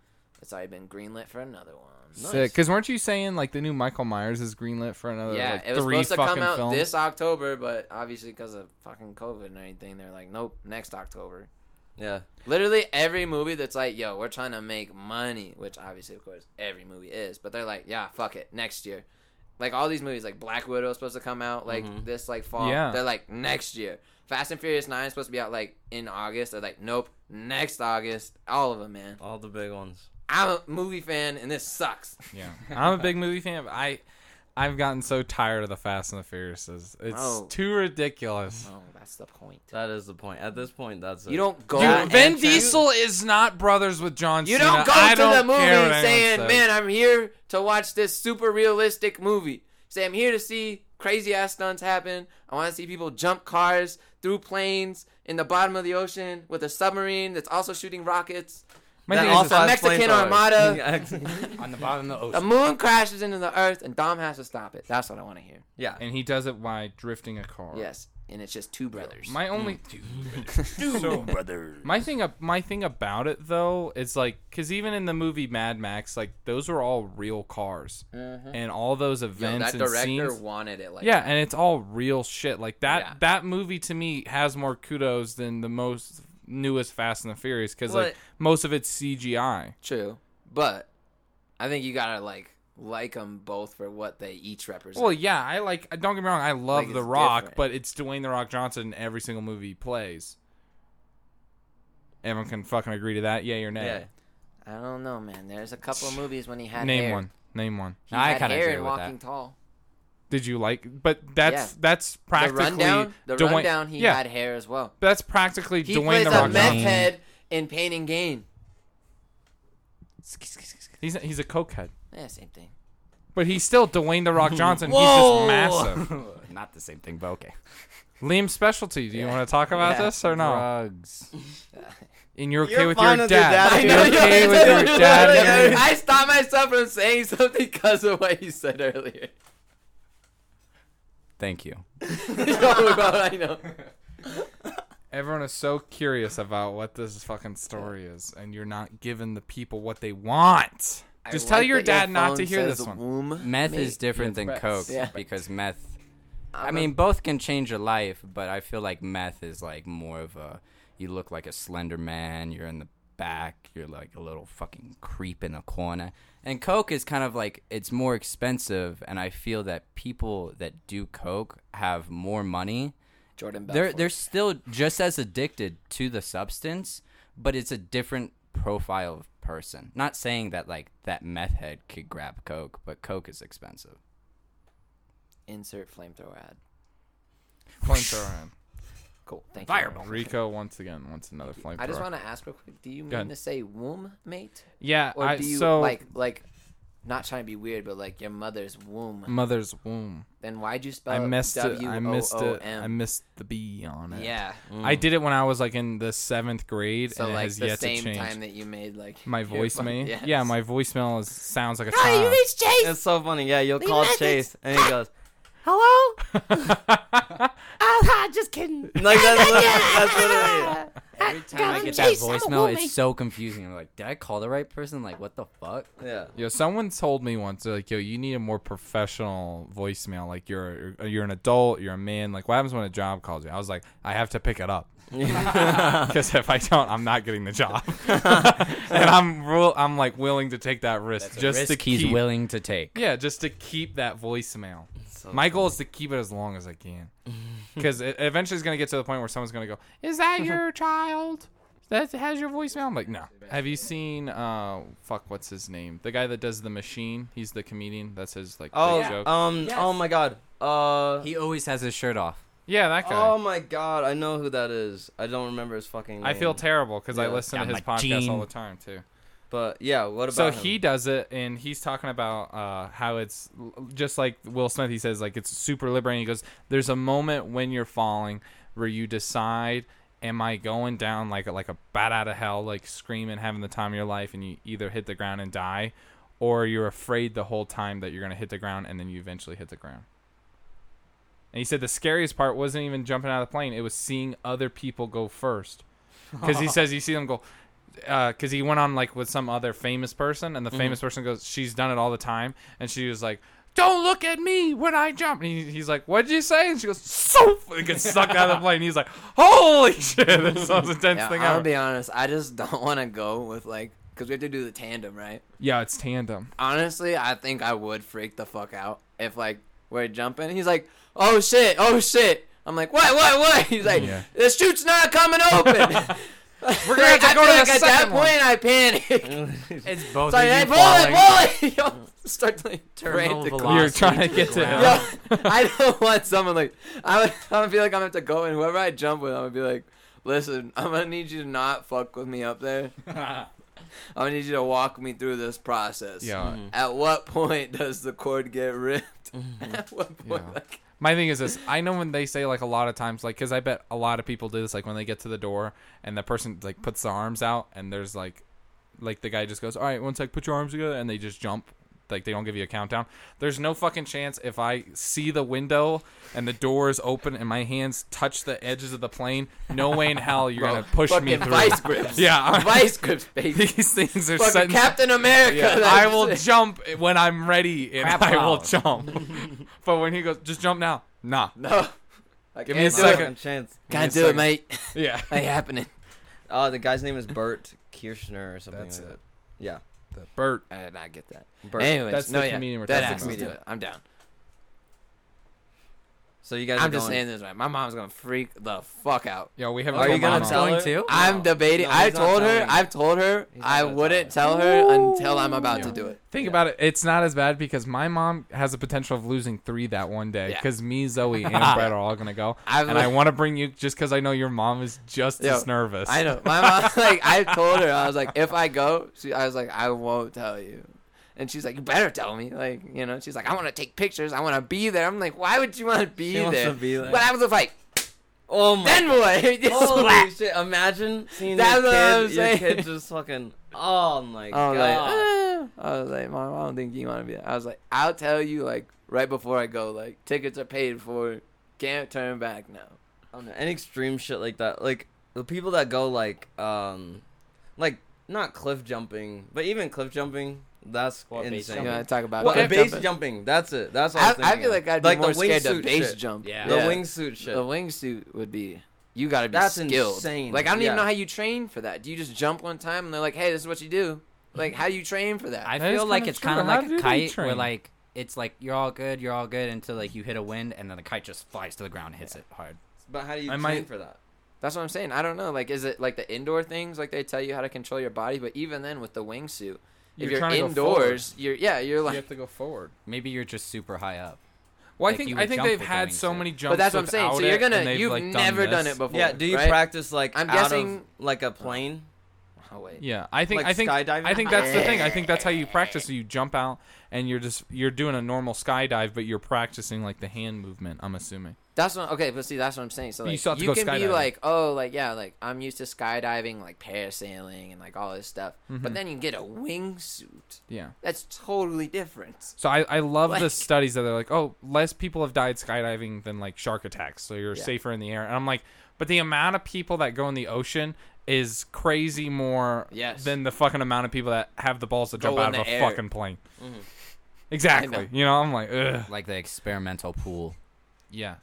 it's already been greenlit for another one.
Sick. Because weren't you saying like the new Michael Myers is greenlit for another
yeah,
like
it was
three
supposed to
fucking
come out
films?
this October, but obviously because of fucking COVID and everything, they're like, nope, next October.
yeah,
Literally every movie that's like, yo, we're trying to make money, which obviously, of course, every movie is, but they're like, yeah, fuck it, next year. Like all these movies, like Black Widow is supposed to come out like this, like fall.
Yeah.
They're like next year. Fast and Furious Nine is supposed to be out like in August. They're like, nope, next August. All of them, man.
all the big ones.
I'm a movie fan, and this sucks.
Yeah, I'm a big movie fan. But I, I've gotten so tired of the Fast and the Furious. It's
Oh.
too ridiculous.
Oh, that's the point.
That is the point. At this point, that's it.
You don't go.
Dude,
and
Vin
try-
Diesel is not brothers with John
You
Cena.
don't go
I
to
don't
the movie
care what anyone
saying,
says.
"Man, I'm here to watch this super realistic movie." You Say, "I'm here to see crazy ass stunts happen. I want to see people jump cars through planes in the bottom of the ocean with a submarine that's also shooting rockets.
My
That
thing is
also
this-
a
has
Mexican
flamethrowers.
armada.
Yeah, ex-
on the bottom of the
The
ocean.
moon crashes into the earth, and Dom has to stop it." That's what I want to hear.
yeah.
and he does it by drifting a car.
Yes, Mm. and it's just two brothers.
My only so, My thing, ab- my thing about it though, it's like because even in the movie Mad Max, like those were all real cars, and all those
Mm-hmm. Yo,
events
that
and
director
scenes.
wanted it like
yeah,
that.
and it's all real shit. Like that.
Yeah.
That movie to me has more kudos than the most newest Fast and the Furious because
Well,
like
it-
most of it's CGI.
True, but I think you gotta like like them both for what they each represent.
Well, yeah, I like. Don't get me wrong, I love
Like,
The
it's
Rock,
different.
but it's Dwayne The Rock Johnson in every single movie he plays. Everyone can fucking agree to that. Yay or nay?
yeah.
I don't know, man. There's a couple of movies when he had
Name
hair.
one. Name one.
He
I
had
kinda
hair
agree
in
with
Walking
that.
Tall.
Did you like? But that's
Yeah.
that's
The
practically
rundown. The
Dwayne-
rundown. He
yeah,
had hair as well.
that's practically
He
Dwayne
plays
The
a
Rock
meth
Johnson.
head in Pain and Gain.
He's a, he's a cokehead,
Yeah, Eh, same thing.
but he's still Dwayne The Rock Johnson. he's just
Whoa!
massive.
Not the same thing, but okay.
Liam Specialty. Do you want to talk about
Yeah.
this or no?
Drugs.
and you're okay
You're
with
fine
your
with your
dad.
dad. I
You're
know,
okay
yeah,
with
I
your
know.
dad.
Yeah.
I stopped myself from saying something because of what you said earlier.
Thank you.
Yo, bro, I know.
Everyone is so curious about what this fucking story is, and you're not giving the people what they want.
I
Just tell
like
your
that
dad not
phone
to hear
says
this one.
Womb.
Meth
Me-
is different than
Yes,
coke
Yeah.
because meth. I
I'm
mean, both can change your life, but I feel like meth is like more of a. You look like a slender man. You're in the back. You're like a little fucking creep in the corner. And coke is kind of like it's more expensive, and I feel that people that do coke have more money
Jordan
they're
Belfort.
they're still just as addicted to the substance, but it's a different profile of person. Not saying that like that meth head could grab coke, but coke is expensive.
insert flamethrower ad.
Flamethrower on.
Cool. Thank
Fireball.
you.
Rico once again wants another flamethrower.
I just want to ask real quick. Do you mean
Go ahead.
to say womb mate,
Yeah,
or
I,
do you
so
like like? Not trying to be weird, but like your mother's womb.
mother's womb.
Then why'd you spell
Mm. I missed it. I missed it.
uh, W O O
I
M?
missed the B on it.
Yeah. Mm.
I did it when I was like in the seventh grade,
So
and it
like
has
the
yet to
same
change.
time that you made like
my
your
voicemail.
phone- Yes.
Yeah, my voicemail is, sounds like a
Hey, you
child.
reached Chase.
It's so funny. Yeah, you'll call
message.
Chase and he goes,
Hello?
Ah, just kidding.
like that's what, that's what it is.
Every
Um,
time I
God,
get that
Chase, I'm a
voicemail,
woman.
it's so confusing. I'm like, did I call the right person? Like, what the fuck?
Yeah.
Yo, someone told me once, they're like, yo, you need a more professional voicemail. Like, you're you're an adult, you're a man. Like, what happens when a job calls you? I was like, I have to pick it up because if I don't, I'm not getting the job, and I'm real, I'm like willing to take that risk just
risk
to
he's
keep.
willing to take.
yeah, just to keep that voicemail. My goal is to keep it as long as I can, because it eventually is gonna get to the point where someone's gonna go, "Is that your child that has your voicemail?" I'm like, "No." Have you seen? Uh, fuck, what's his name? The guy that does the machine. He's the comedian. That's his like
Oh,
big joke.
um,
Yes.
oh my god. Uh,
He always has his shirt off.
yeah, that guy.
oh my god. I know who that is. I don't remember his fucking. Name.
I feel terrible because I
Yeah.
listen
Got
to his
my
podcast all
gene.
the time too.
but yeah, what about?
So
him?
he does it, and he's talking about uh, how it's l- just like Will Smith. He says like it's super liberating. He goes, "There's a moment when you're falling where you decide, am I going down like a, like a bat out of hell, like screaming, having the time of your life, and you either hit the ground and die, or you're afraid the whole time that you're gonna hit the ground, and then you eventually hit the ground." And he said the scariest part wasn't even jumping out of the plane; it was seeing other people go first, because
Uh-huh.
he says you see them go because he went on like with some other famous person, and the
Mm-hmm.
famous person goes, "She's done it all the time," and she was like, "Don't look at me when I jump." And he, he's like, "What'd you say?" And she goes, "Soap," and gets sucked out of the plane. And he's like, "Holy shit, this is the most intense
Yeah,
thing
I'll
ever."
be honest. I just don't want to go with like because we have to do the tandem, right?
yeah, it's tandem.
Honestly, I think I would freak the fuck out if like we're jumping. He's like, "Oh shit! Oh shit!" I'm like, "What? What? What?" He's like,
Yeah.
"The chute's not coming open." we're gonna
have to
I
go to
feel like
the
at that
second one.
point I panic.
It's both
So I hey, pull it, pull it! Yo, start like
Terminal
frantically.
velocity
You're trying to get to
the
him.
ground.
Yo, I don't want someone like I would, I would feel like I'm gonna have to go and whoever I jump with, I'm gonna be like, listen, I'm gonna need you to not fuck with me up there. I'm gonna need you to walk me through this process.
Yeah.
At what point does the cord get ripped?
Mm-hmm.
At what point?
Yeah.
Like,
My thing is this: I know when they say like a lot of times, like because I bet a lot of people do this, like when they get to the door and the person like puts their arms out, and there's like, like the guy just goes, "All right, one sec, put your arms together," and they just jump. Like they don't give you a countdown. There's no fucking chance if I see the window and the door is open and my hands touch the edges of the plane. No way in hell you're gonna push me
fucking
through.
vice grips.
Yeah,
Vice grips, baby.
These things are
fucking
sudden.
Captain America.
Yeah,
that's
I will
it.
jump when I'm ready, and
Crap
I will
out.
jump. but when he goes, just jump now. Nah.
No. I
Give me a
can't do it.
second.
Fucking chance.
Can't
Give me
do
a
it, mate.
Yeah.
Ain't happening.
Oh, the guy's name is Bert Kirschner or something.
That's
like
it.
That. Yeah,
Bert.
I did not get that.
Bert.
Anyways,
That's
no,
the
yeah,
comedian we're
dead
talking
ass,
about.
let's do it. I'm down.
So you guys are
I'm just
going-
saying this right. My mom's gonna freak the fuck out.
Yo, we have.
Are you
Obama
gonna
on.
tell
going
her?
to?
I'm debating.
No,
I
he's not
told her.
telling you.
I've told her
He's not
I
gonna
wouldn't
tell
tell her until I'm about to do it.
Think
Yeah.
about it. It's not as bad because my mom has the potential of losing three that one day
Yeah.
because me, Zoe, and Brett are all gonna go.
I've-
and I want to bring you just because I know your mom is just
Yo,
as nervous.
I know. My mom, like, I told her. I was like, if I go, she, I was like, I won't tell you. And she's like, you better tell me. Like, you know, she's like, I want to take pictures. I want to be there. I'm like, why would you want to be
She wants
there?
to be there.
What happens if I
Oh my.
then what? Just slap.
Holy shit! Imagine seeing
That's
your
what I'm
kid, your
saying.
kid just fucking. Oh my
I was like,
god!
"Eh." I was like, Mom, I don't think you want to be there. I was like, I'll tell you, like, right before I go, like, tickets are paid for. Can't turn back now.
I don't know, any Oh, extreme shit like that. Like the people that go like, um, like not cliff jumping, but even cliff jumping. That's
Or base
insane.
You
jumping.
know, I talk about
Well,
cliff
base
jumping.
jumping. That's it. That's what I,
I,
was
I
thinking
feel
of.
like I'd be
Like the
more scared of
wingsuit
base
shit.
jump.
Yeah.
the
Yeah.
wingsuit shit.
The wingsuit would be. You gotta be
That's
skilled.
insane.
Like I don't
Yeah.
even know how you train for that. Do you just jump one time and they're like, "Hey, this is what you do." Like, how do you train for that?
I
That is
feel like
kinda
it's
true.
kind of
How
like
do
a
they
kite
train?
where like it's like you're all good, you're all good until like you hit a wind and then the kite just flies to the ground, hits it hard.
but how do you
I
train
might-
for that?
That's what I'm saying. I don't know. Like, is it like the indoor things? Like they tell you how to control your body, but even then, with the wingsuit, if
You're
you're
trying to go
indoors, you're yeah, you're
you
like
have to go forward.
Maybe you're just super high up.
Well, I
Like,
think
you
I
would
think
jump
they've
with
had
going
so
to.
many jumps.
But that's what I'm saying. So
without
you're
it,
gonna
and they've,
you've
like, done
never done,
this.
it before.
Yeah, do you
right?
practice like
I'm
out of,
guessing-
like a plane?
Oh wait.
Yeah, I think
Like
I think
skydiving?
I think that's the thing. I think that's how you practice. So you jump out and you're just you're doing a normal skydive, but you're practicing like the hand movement. I'm assuming.
That's what okay, but see, that's what I'm saying. So
But you
like, you,
still have to go
can be
skydiving.
like, oh, like yeah, like I'm used to skydiving, like parasailing, and like all this stuff.
Mm-hmm.
But then you get a wingsuit.
Yeah.
That's totally different.
So I, I love the
Like-
studies that they're like, oh, less people have died skydiving than like shark attacks, so you're
Yeah.
safer in the air. And I'm like, but the amount of people that go in the ocean is crazy more
Yes.
than the fucking amount of people that have the balls to
Go
jump
in
out of
the
a
air. Mm-hmm.
fucking plane. Exactly.
I know.
You know, I'm like, ugh.
Like the experimental pool.
Yeah.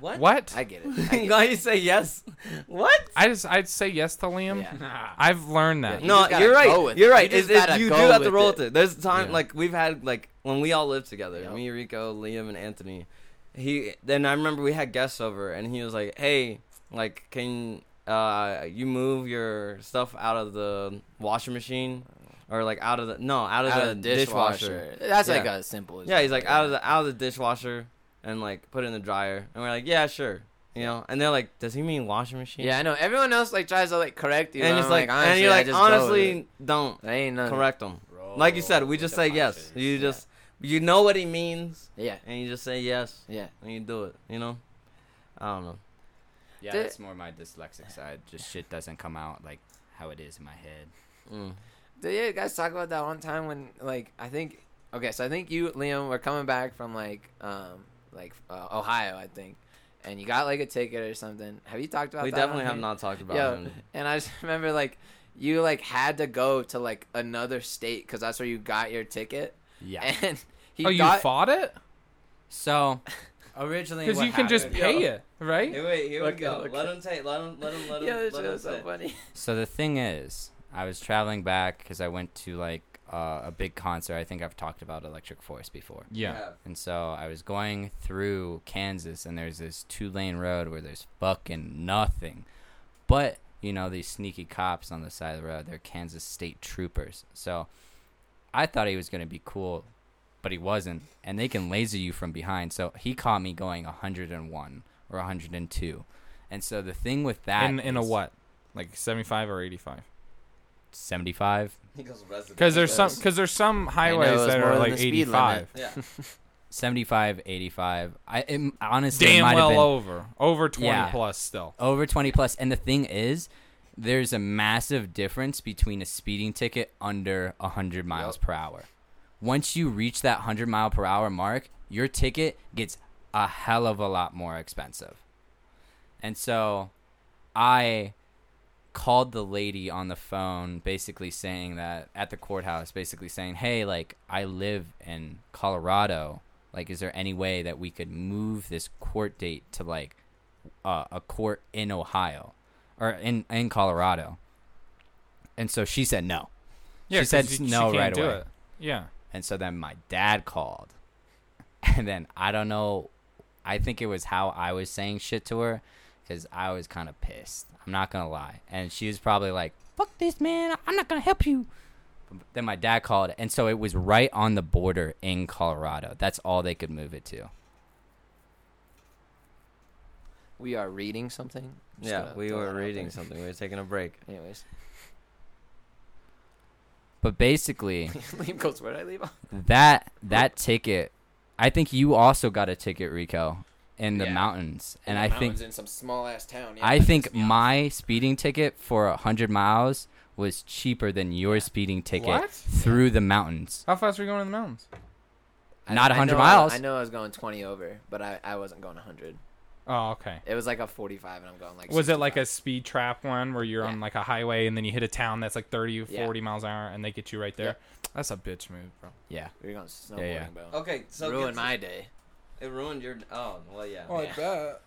What?
What?
I get it. I get it.
Now you say yes. What?
I just I'd say yes to Liam.
Yeah.
I've learned that.
You
no,
just gotta
you're
go
right.
with
You're
it.
right.
You
You,
just gotta
you do
go
have to
with
roll
it.
with it. There's time
Yeah.
like we've had like when we all lived together,
Yep.
me, Rico, Liam, and Anthony. He then I remember we had guests over, and he was like, "Hey, like, can uh you move your stuff out of the washing machine, or like out of the no out of,
Out
the,
of the dishwasher. That's like
Yeah.
a simple.
Yeah, he's like
example.
out of the out of the dishwasher and like put it in the dryer, and we're like, yeah, sure, you know. And they're like, does he mean washing machine?
Yeah, I know. Everyone else like tries to like correct you,
and
and
it's
I'm
like,
like, honestly,
and you're
I
like,
just go with it.
honestly, don't
That ain't nothing.
correct him. Like you said, we just say yes. You just you know what he means,
Yeah,
and you just say yes,
yeah.
and you do it. You know, I don't know.
Yeah,
Th-
that's more my dyslexic side. Just shit doesn't come out like how it is in my head.
Mm.
Did you guys talk about that one time when like I think okay, so I think you Liam were coming back from like um like uh, Ohio, I think, and you got like a ticket or something. Have you talked about?
We
that
definitely
on
have
here?
not talked about
Yo,
him.
and I just remember like you like had to go to like another state because that's where you got your ticket,
Yeah.
and he
oh, you
got.
fought it
So originally,
because
what
you can just
happened-
pay
Yo.
it, right?
wait, here
we Look, go. look. Let
him take. Let him. Let him. Let
Yo, this shit was so funny.
So the thing is, I was traveling back because I went to like uh, a big concert. I think I've talked about Electric Force before.
yeah.
And so I was going through Kansas, and there's this two lane road where there's fucking nothing. But, you know, these sneaky cops on the side of the road, they're Kansas state troopers. So I thought he was going to be cool, but he wasn't. And they can laser you from behind. So he caught me going 101 or 102. And so the thing with that
In in a
is
what? Like seventy five or eighty five?
75
He goes resident.
Because there's some because there's some
it
highways
was
that
more
are
than
like
the speed
eighty five.
limit.
Yeah.
75 85 i it, honestly it might
Damn
have
well
been-
over over twenty
Yeah.
plus still.
over 20 plus and the thing is there's a massive difference between a speeding ticket under 100 miles per hour once you reach that 100 mile per hour mark your ticket gets a hell of a lot more expensive and so i called the lady on the phone basically saying that at the courthouse basically saying hey like i live in colorado like is there any way that we could move this court date to like uh, a court in Ohio or in in Colorado. And so she said no.
Yeah,
She said
'cause
no right away.
Yeah.
And so then my dad called. And then I don't know I think it was how I was saying shit to her cuz I was kind of pissed. I'm not going to lie. And she was probably like, "Fuck this man. I'm not going to help you." But Then my dad called and so it was right on the border in Colorado. That's all they could move it to.
We are reading something. Just
Yeah,
gonna
we
throw
were
that out
reading
there.
something. We were taking a break.
Anyways,
But basically,
Liam goes, "Where did I leave off?"
that that ticket i think you also got a ticket rico in the
Yeah.
mountains and i think
Mountains in some small ass town. yeah.
i think my speeding ticket for a 100 miles was cheaper than your speeding ticket
What?
through the mountains
How fast are you going in the mountains?
I-
not
I
100
know I-
miles
I know I was going 20 over, but I, I wasn't going 100.
Oh, okay.
It was like a 45, and I'm going like.
Was it like a
65.
speed trap one where you're on
Yeah.
like a highway and then you hit a town that's like 30
Yeah.
40 miles an hour and they get you right there? That's a bitch move, bro.
yeah
We were going snowboarding,
Yeah, yeah.
bro.
Okay, Oh, so
Ruined
get-
my day.
It ruined your. Oh well, yeah.
Oh, I bet.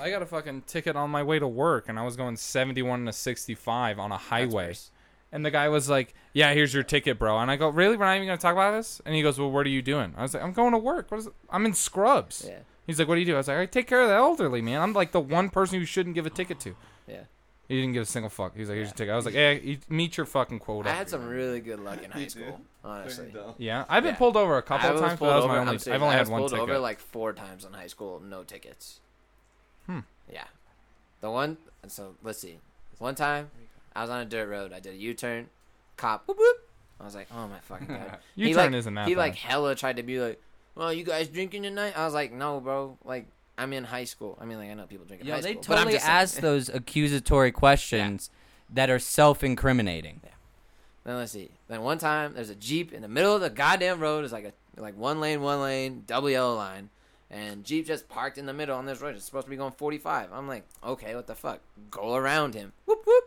I got a fucking ticket on my way to work, and I was going 71 to 65 on a highway.
worse.
And the guy was like, "Yeah, here's your ticket, bro." And I go, "Really? We're not even gonna talk about this?" And he goes, "Well, what are you doing?" I was like, "I'm going to work. What is it? I'm in scrubs."
Yeah,
He's like, "What do you do?" I was like, "I take care of the elderly, man. I'm like the one person who shouldn't give a ticket to."
yeah.
He didn't give a single fuck. He was like, "Here's your ticket." I was like, "Hey, you meet your fucking quota."
I had some really good luck in high school, honestly.
Yeah, I've been
Yeah.
pulled over a couple
I
of
was
times, but
pulled
that was
over.
my
I'm
only.
serious,
I've only
I
had
was
one
pulled
ticket.
over like four times in high school, no tickets. Hmm. Yeah, the one. So let's see. One time, I was on a dirt road. I did a U-turn. Cop. Whoop whoop. I was like, oh my fucking god. He,
U-turn
like-
isn't that
He
bad.
like hella tried to be like, well, you guys drinking tonight? I was like, no, bro. Like I'm in high school. I mean, like I know people drink in
Yo,
high
they
school, but I'm
totally
just saying.
ask those accusatory questions that are self-incriminating.
Then let's see. Then one time, there's a jeep in the middle of the goddamn road. It's like a like one lane, one lane, double yellow line, and jeep just parked in the middle on this road. It's supposed to be going 45. I'm like, okay, what the fuck? Go around him. Whoop whoop.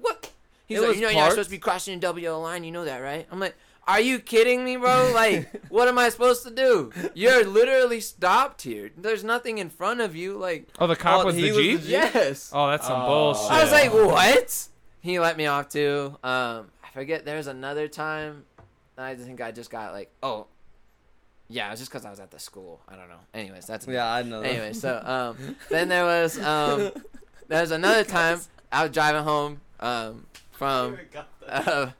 What? He's
It
like,
was
you know, you're not
parked?
supposed to be crossing a double yellow line. You know that, right? I'm like, are you kidding me, bro? Like, what am I supposed to do? You're literally stopped here. There's nothing in front of you. Like,
oh, the cop
Oh,
was
he
the
was the
jeep.
Jeep?
yes.
Oh, that's some
Oh.
bullshit.
I was like, what? He let me off too. Um, I forget. There was another time. that I think I just got like, oh, yeah, it was just because I was at the school. I don't know. Anyways, that's
Yeah, I know. that.
Anyway, so um, then there was um, there was another time I was driving home um from a,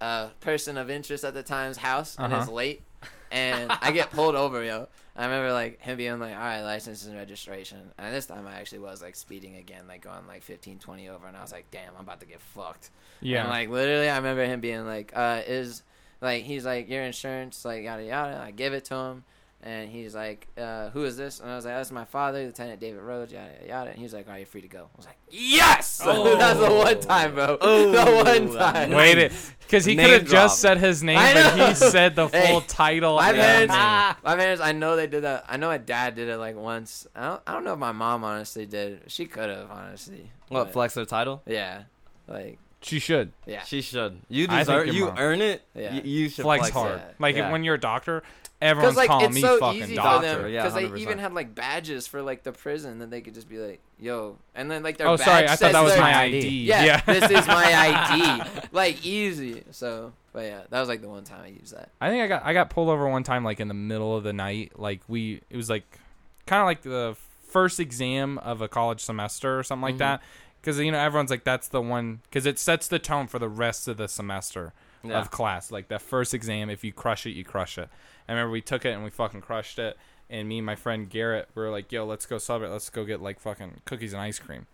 a person of interest at the time's house and it's
Uh-huh.
late, and I get pulled over, yo. I remember like him being like, "All right, license and registration." And this time I actually was like speeding again, like going like 15, 20 over, and I was like, "Damn, I'm about to get fucked."
yeah.
And, like literally, I remember him being like, uh, "Is like he's like your insurance, like yada yada." I give it to him, and he's like, uh, "Who is this?" And I was like, "That's my father, Lieutenant David Rhodes, yada yada." yada. And he was like, "Are you free to go?" I was like, "Yes!" That's the one time, bro. the one time.
Wait it, because he could
Name
have just
drop.
said his name,
I
but
know.
he said the
Hey,
full title.
My
and
parents,
everything.
my parents. I know they did that. I know my dad did it like once. I don't. I don't know if my mom honestly did. She could have honestly.
What
But,
flex her title?
yeah. Like.
She should
Yeah.
She should. You
I think
deserve.
your
You
mom.
earn it.
Yeah.
Y- you should
flex
flex it.
hard.
yeah.
Like
Yeah.
when you're a doctor,
Because
everyone's
like
calling
it's
me
so
fucking
easy
doctor.
for them
Yeah,
because they
100%.
even had like badges for like the prison that they could just be like, "Yo," and then like their
Oh,
badge
sorry, I
says
thought that was
their-
my ID.
Yeah,
yeah.
this is my ID. Like easy. So, but yeah, that was like the one time I used that.
I think I got I got pulled over one time like in the middle of the night. Like we it was like kind of like the first exam of a college semester or something like that. Because you know everyone's like that's the one because it sets the tone for the rest of the semester
Yeah.
of class. Like that first exam, if you crush it, you crush it. I remember we took it and we fucking crushed it. And me and my friend Garrett we were like, "Yo, let's go celebrate. Let's go get like fucking cookies and ice cream."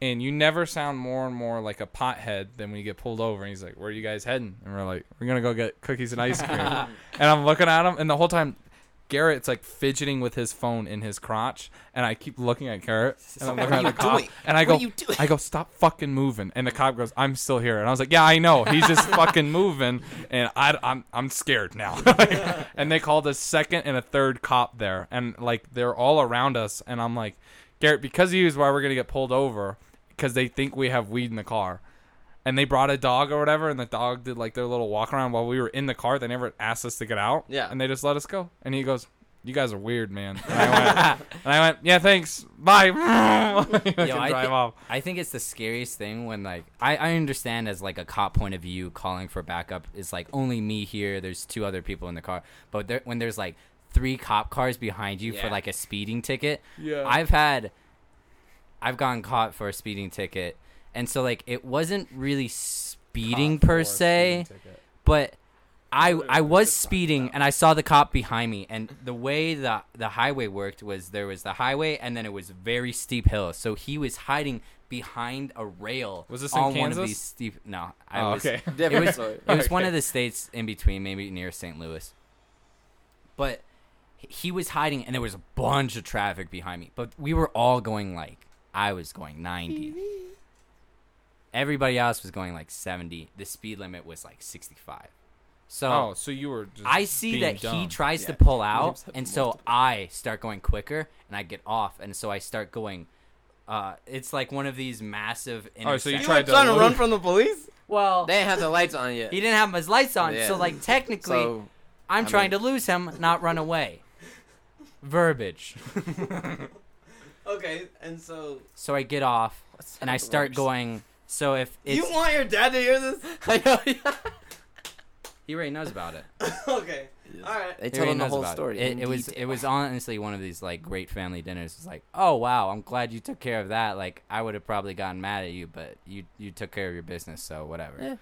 and you never sound more and more like a pothead than when you get pulled over. And he's like, "Where are you guys heading?" And we're like, "We're gonna go get cookies and ice cream." and I'm looking at him, and the whole time, Garrett's like fidgeting with his phone in his crotch, and I keep looking at Garrett, and I'm looking at the cop, and I go, "I go, stop fucking moving." And the cop goes, "I'm still here," and I was like, "Yeah, I know. He's just fucking moving, and I, I'm I'm scared now." and they called a second and a third cop there, and like they're all around us, and I'm like. Garrett, because of you is why we're gonna get pulled over, because they think we have weed in the car, and they brought a dog or whatever, and the dog did like their little walk around while we were in the car. They never asked us to get out,
Yeah.
and they just let us go. And he goes, "You guys are weird, man." And I went, and I went "Yeah, thanks, bye." Fucking
Yo, I,
drive
thi-
off.
I think it's the scariest thing when like I, I understand as like a cop point of view calling for backup is like only me here there's two other people in the car but there, when there's like three cop cars behind you for
Yeah.
like a speeding ticket
Yeah.
I've had I've gotten caught for a speeding ticket and so like it wasn't really speeding per se um, but I I was speeding and I saw the cop behind me and the way the the highway worked was there was the highway and then it was very steep hill so he was hiding behind a rail
Was this in
on one
Kansas?
of these steep no I
Oh,
was
okay.
it was,
story.
it was one
Okay.
of the states in between, maybe near St. Louis. But he was hiding, and there was a bunch of traffic behind me. But we were all going like I was going ninety. Everybody else was going like seventy. The speed limit was like sixty-five. So
Oh, so you were. Just
I see
being
that he
dumb.
tries to
Yeah.
pull
Names
out,
have
and so I start going quicker, and I get off, and so I start going. Uh, it's like one of these massive.
Oh, so you
intersections.
You
tried
were trying to
to
run
loop.
from the police?
well,
They didn't have the lights on yet.
he didn't have his lights on,
Yeah.
so like technically,
So
I'm
I
trying to lose him, not run away. Verbiage.
Okay, and so
So I get off
What's
and I
that
start
worse?
going. So if it's
you want your dad to hear this?
I know. yeah.
He already knows about it.
okay. All right.
He
They told
already
him the
knows
whole
about
story.
It,
in
it was
detail.
it was honestly one of these like great family dinners. It's like, oh wow, I'm glad you took care of that. Like I would have probably gotten mad at you, but you you took care of your business, so whatever.
Yeah.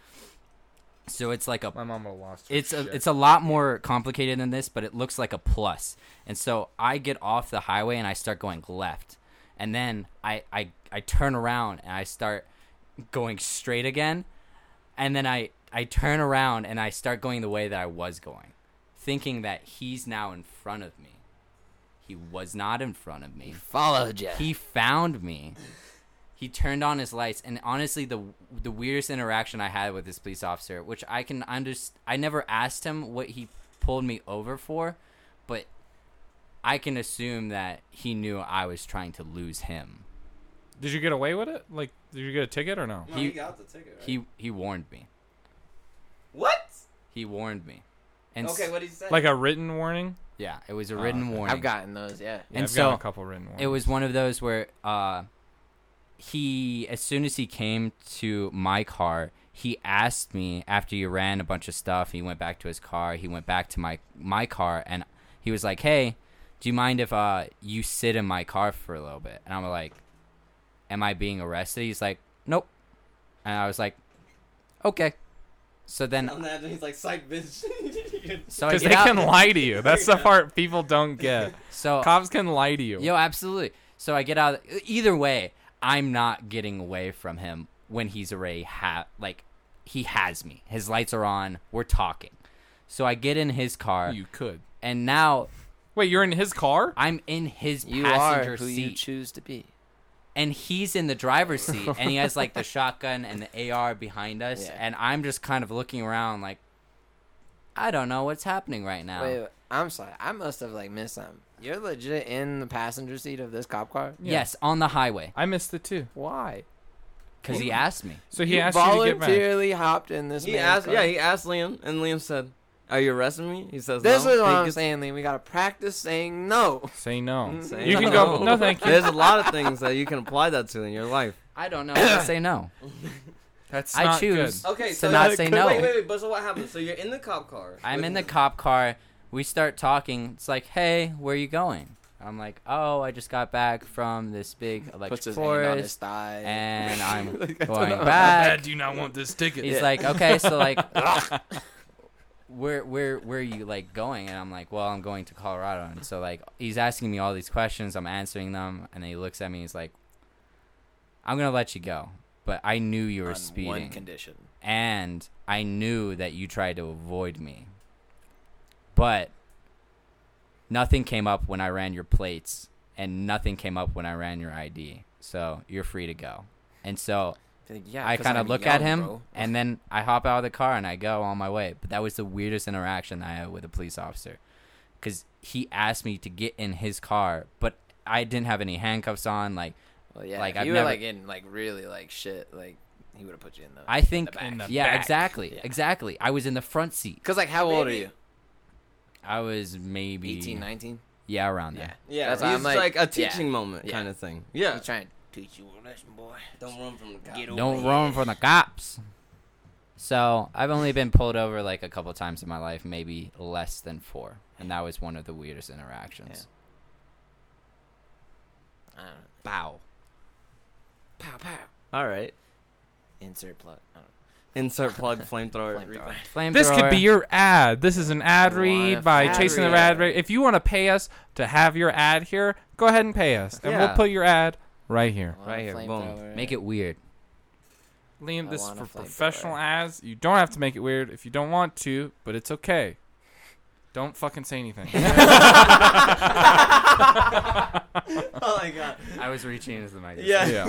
So it's like a
My mom would have lost. her
it's a
shit.
it's a lot more complicated than this, but it looks like a plus. And so I get off the highway and I start going left, and then I I I turn around and I start going straight again, and then I I turn around and I start going the way that I was going, thinking that he's now in front of me. He was not in front of me.
followed you.
He found me. He turned on his lights, and honestly, the the weirdest interaction I had with this police officer, which I can underst I never asked him what he pulled me over for, but I can assume that he knew I was trying to lose him.
Did you get away with it? Like, did you get a ticket or no?
No, he,
he-
got the ticket. Right?
He he warned me.
what?
He warned me. And s-
Okay, what did he say?
Like a written warning?
yeah, it was a written
okay.
warning.
I've gotten those. Yeah.
Yeah,
And
I've gotten
so,
a couple written warnings.
it was one of those where uh he as soon as he came to my car he asked me after he ran a bunch of stuff he went back to his car he went back to my my car and he was like hey do you mind if uh you sit in my car for a little bit and i'm like am i being arrested he's like nope and i was like okay so then
I'm laughing, he's like psych bitch.
so I
because
get
they
out-
can lie to you. That's the part people don't get.
so
Cops can lie to you.
Yo, absolutely. So I get out. Either way, I'm not getting away from him when he's already ha like he has me. His lights are on. We're talking. So I get in his car,
you could.
and now
Wait, you're in his car?
I'm in his
You
passenger
are who you
seat,
choose to be.
and he's in the driver's seat, and he has like the shotgun and the AR behind us,
Yeah.
and I'm just kind of looking around like. I don't know what's happening right now.
Wait, wait, I'm sorry. I must have like missed something. You're legit in the passenger seat of this cop car.
Yeah.
Yes, on the highway,
I missed it too.
Why?
because he asked me.
So he
you
asked you to get mad.
voluntarily hopped in this.
he
man's
asked,
car.
yeah, he asked Liam, and Liam said, "Are you arresting me?" He says,
This
no.
is what
He
I'm
gets-
saying, Lee. We gotta practice saying no.
Mm, Say no.
Say
you can go.
no.
No, thank you.
There's a lot of things that you can apply that to in your life.
I don't know. I say no.
That's
I
not
choose
good.
Okay,
to
so-
not say no.
Wait, wait, wait. But so what happened? So you're in the cop car.
I'm
with
in the
him.
cop car. We start talking. It's like, hey, where you going? I'm like, oh, I just got back from this big
Puts
electric
his hand on his
forest,
thigh.
and I'm
Like, I don't
going
know.
I
back.
do not want this ticket.
He's
Yeah.
like, okay, so like, where, where, where are you like going? And I'm like, well, I'm going to Colorado. And so like, he's asking me all these questions. I'm answering them, and then he looks at me. He's like, I'm gonna let you go, but I knew you were
On One
speeding
condition.
and I knew that you tried to avoid me. But nothing came up when I ran your plates, and nothing came up when I ran your ID. So you're free to go. And so
Like, yeah,
I
'cause
kind of
I'm
look
young,
at him,
bro.
and then I hop out of the car and I go on my way. But that was the weirdest interaction I had with a police officer, because he asked me to get in his car, but I didn't have any handcuffs on. Like
Well, yeah,
like,
if
I've
you
never-
were like in like really like shit, like he would have put you in the.
I think,
back. In the
yeah,
back.
exactly,
Yeah.
exactly. I was in the front seat.
Cause like, how old are
Maybe-
you?
I was maybe
18, 19?
Yeah, around
Yeah.
there.
Yeah,
That's
that's
why I'm
he's like,
like-
a teaching
yeah.
moment
Yeah.
kind of thing. Yeah.
He's trying to teach you a lesson, boy.
Don't run from the cop.
Get over
Don't
here.
run from the cops. So I've only been pulled over like a couple times in my life, maybe less than four, and that was one of the weirdest interactions.
I don't know.
Wow.
Pow pow.
All right.
Insert plug. I don't
Insert plug flamethrower.
know. Flamethrower.
Flamethrower.
This could be your ad. This is an ad
What
read
if
by
ad
Chasing the Rad.
read?
Ra- If you want to pay us to have your ad here, go ahead and pay us, and
Yeah.
we'll put your ad right here.
Well,
Right here, boom.
flamethrower.
make it weird.
Liam,
I
this is
want a
for
flamethrower.
professional ads. You don't have to make it weird if you don't want to, but it's okay. Don't fucking say anything.
oh my god.
I was reaching into the microphone.
Yeah.
Yeah.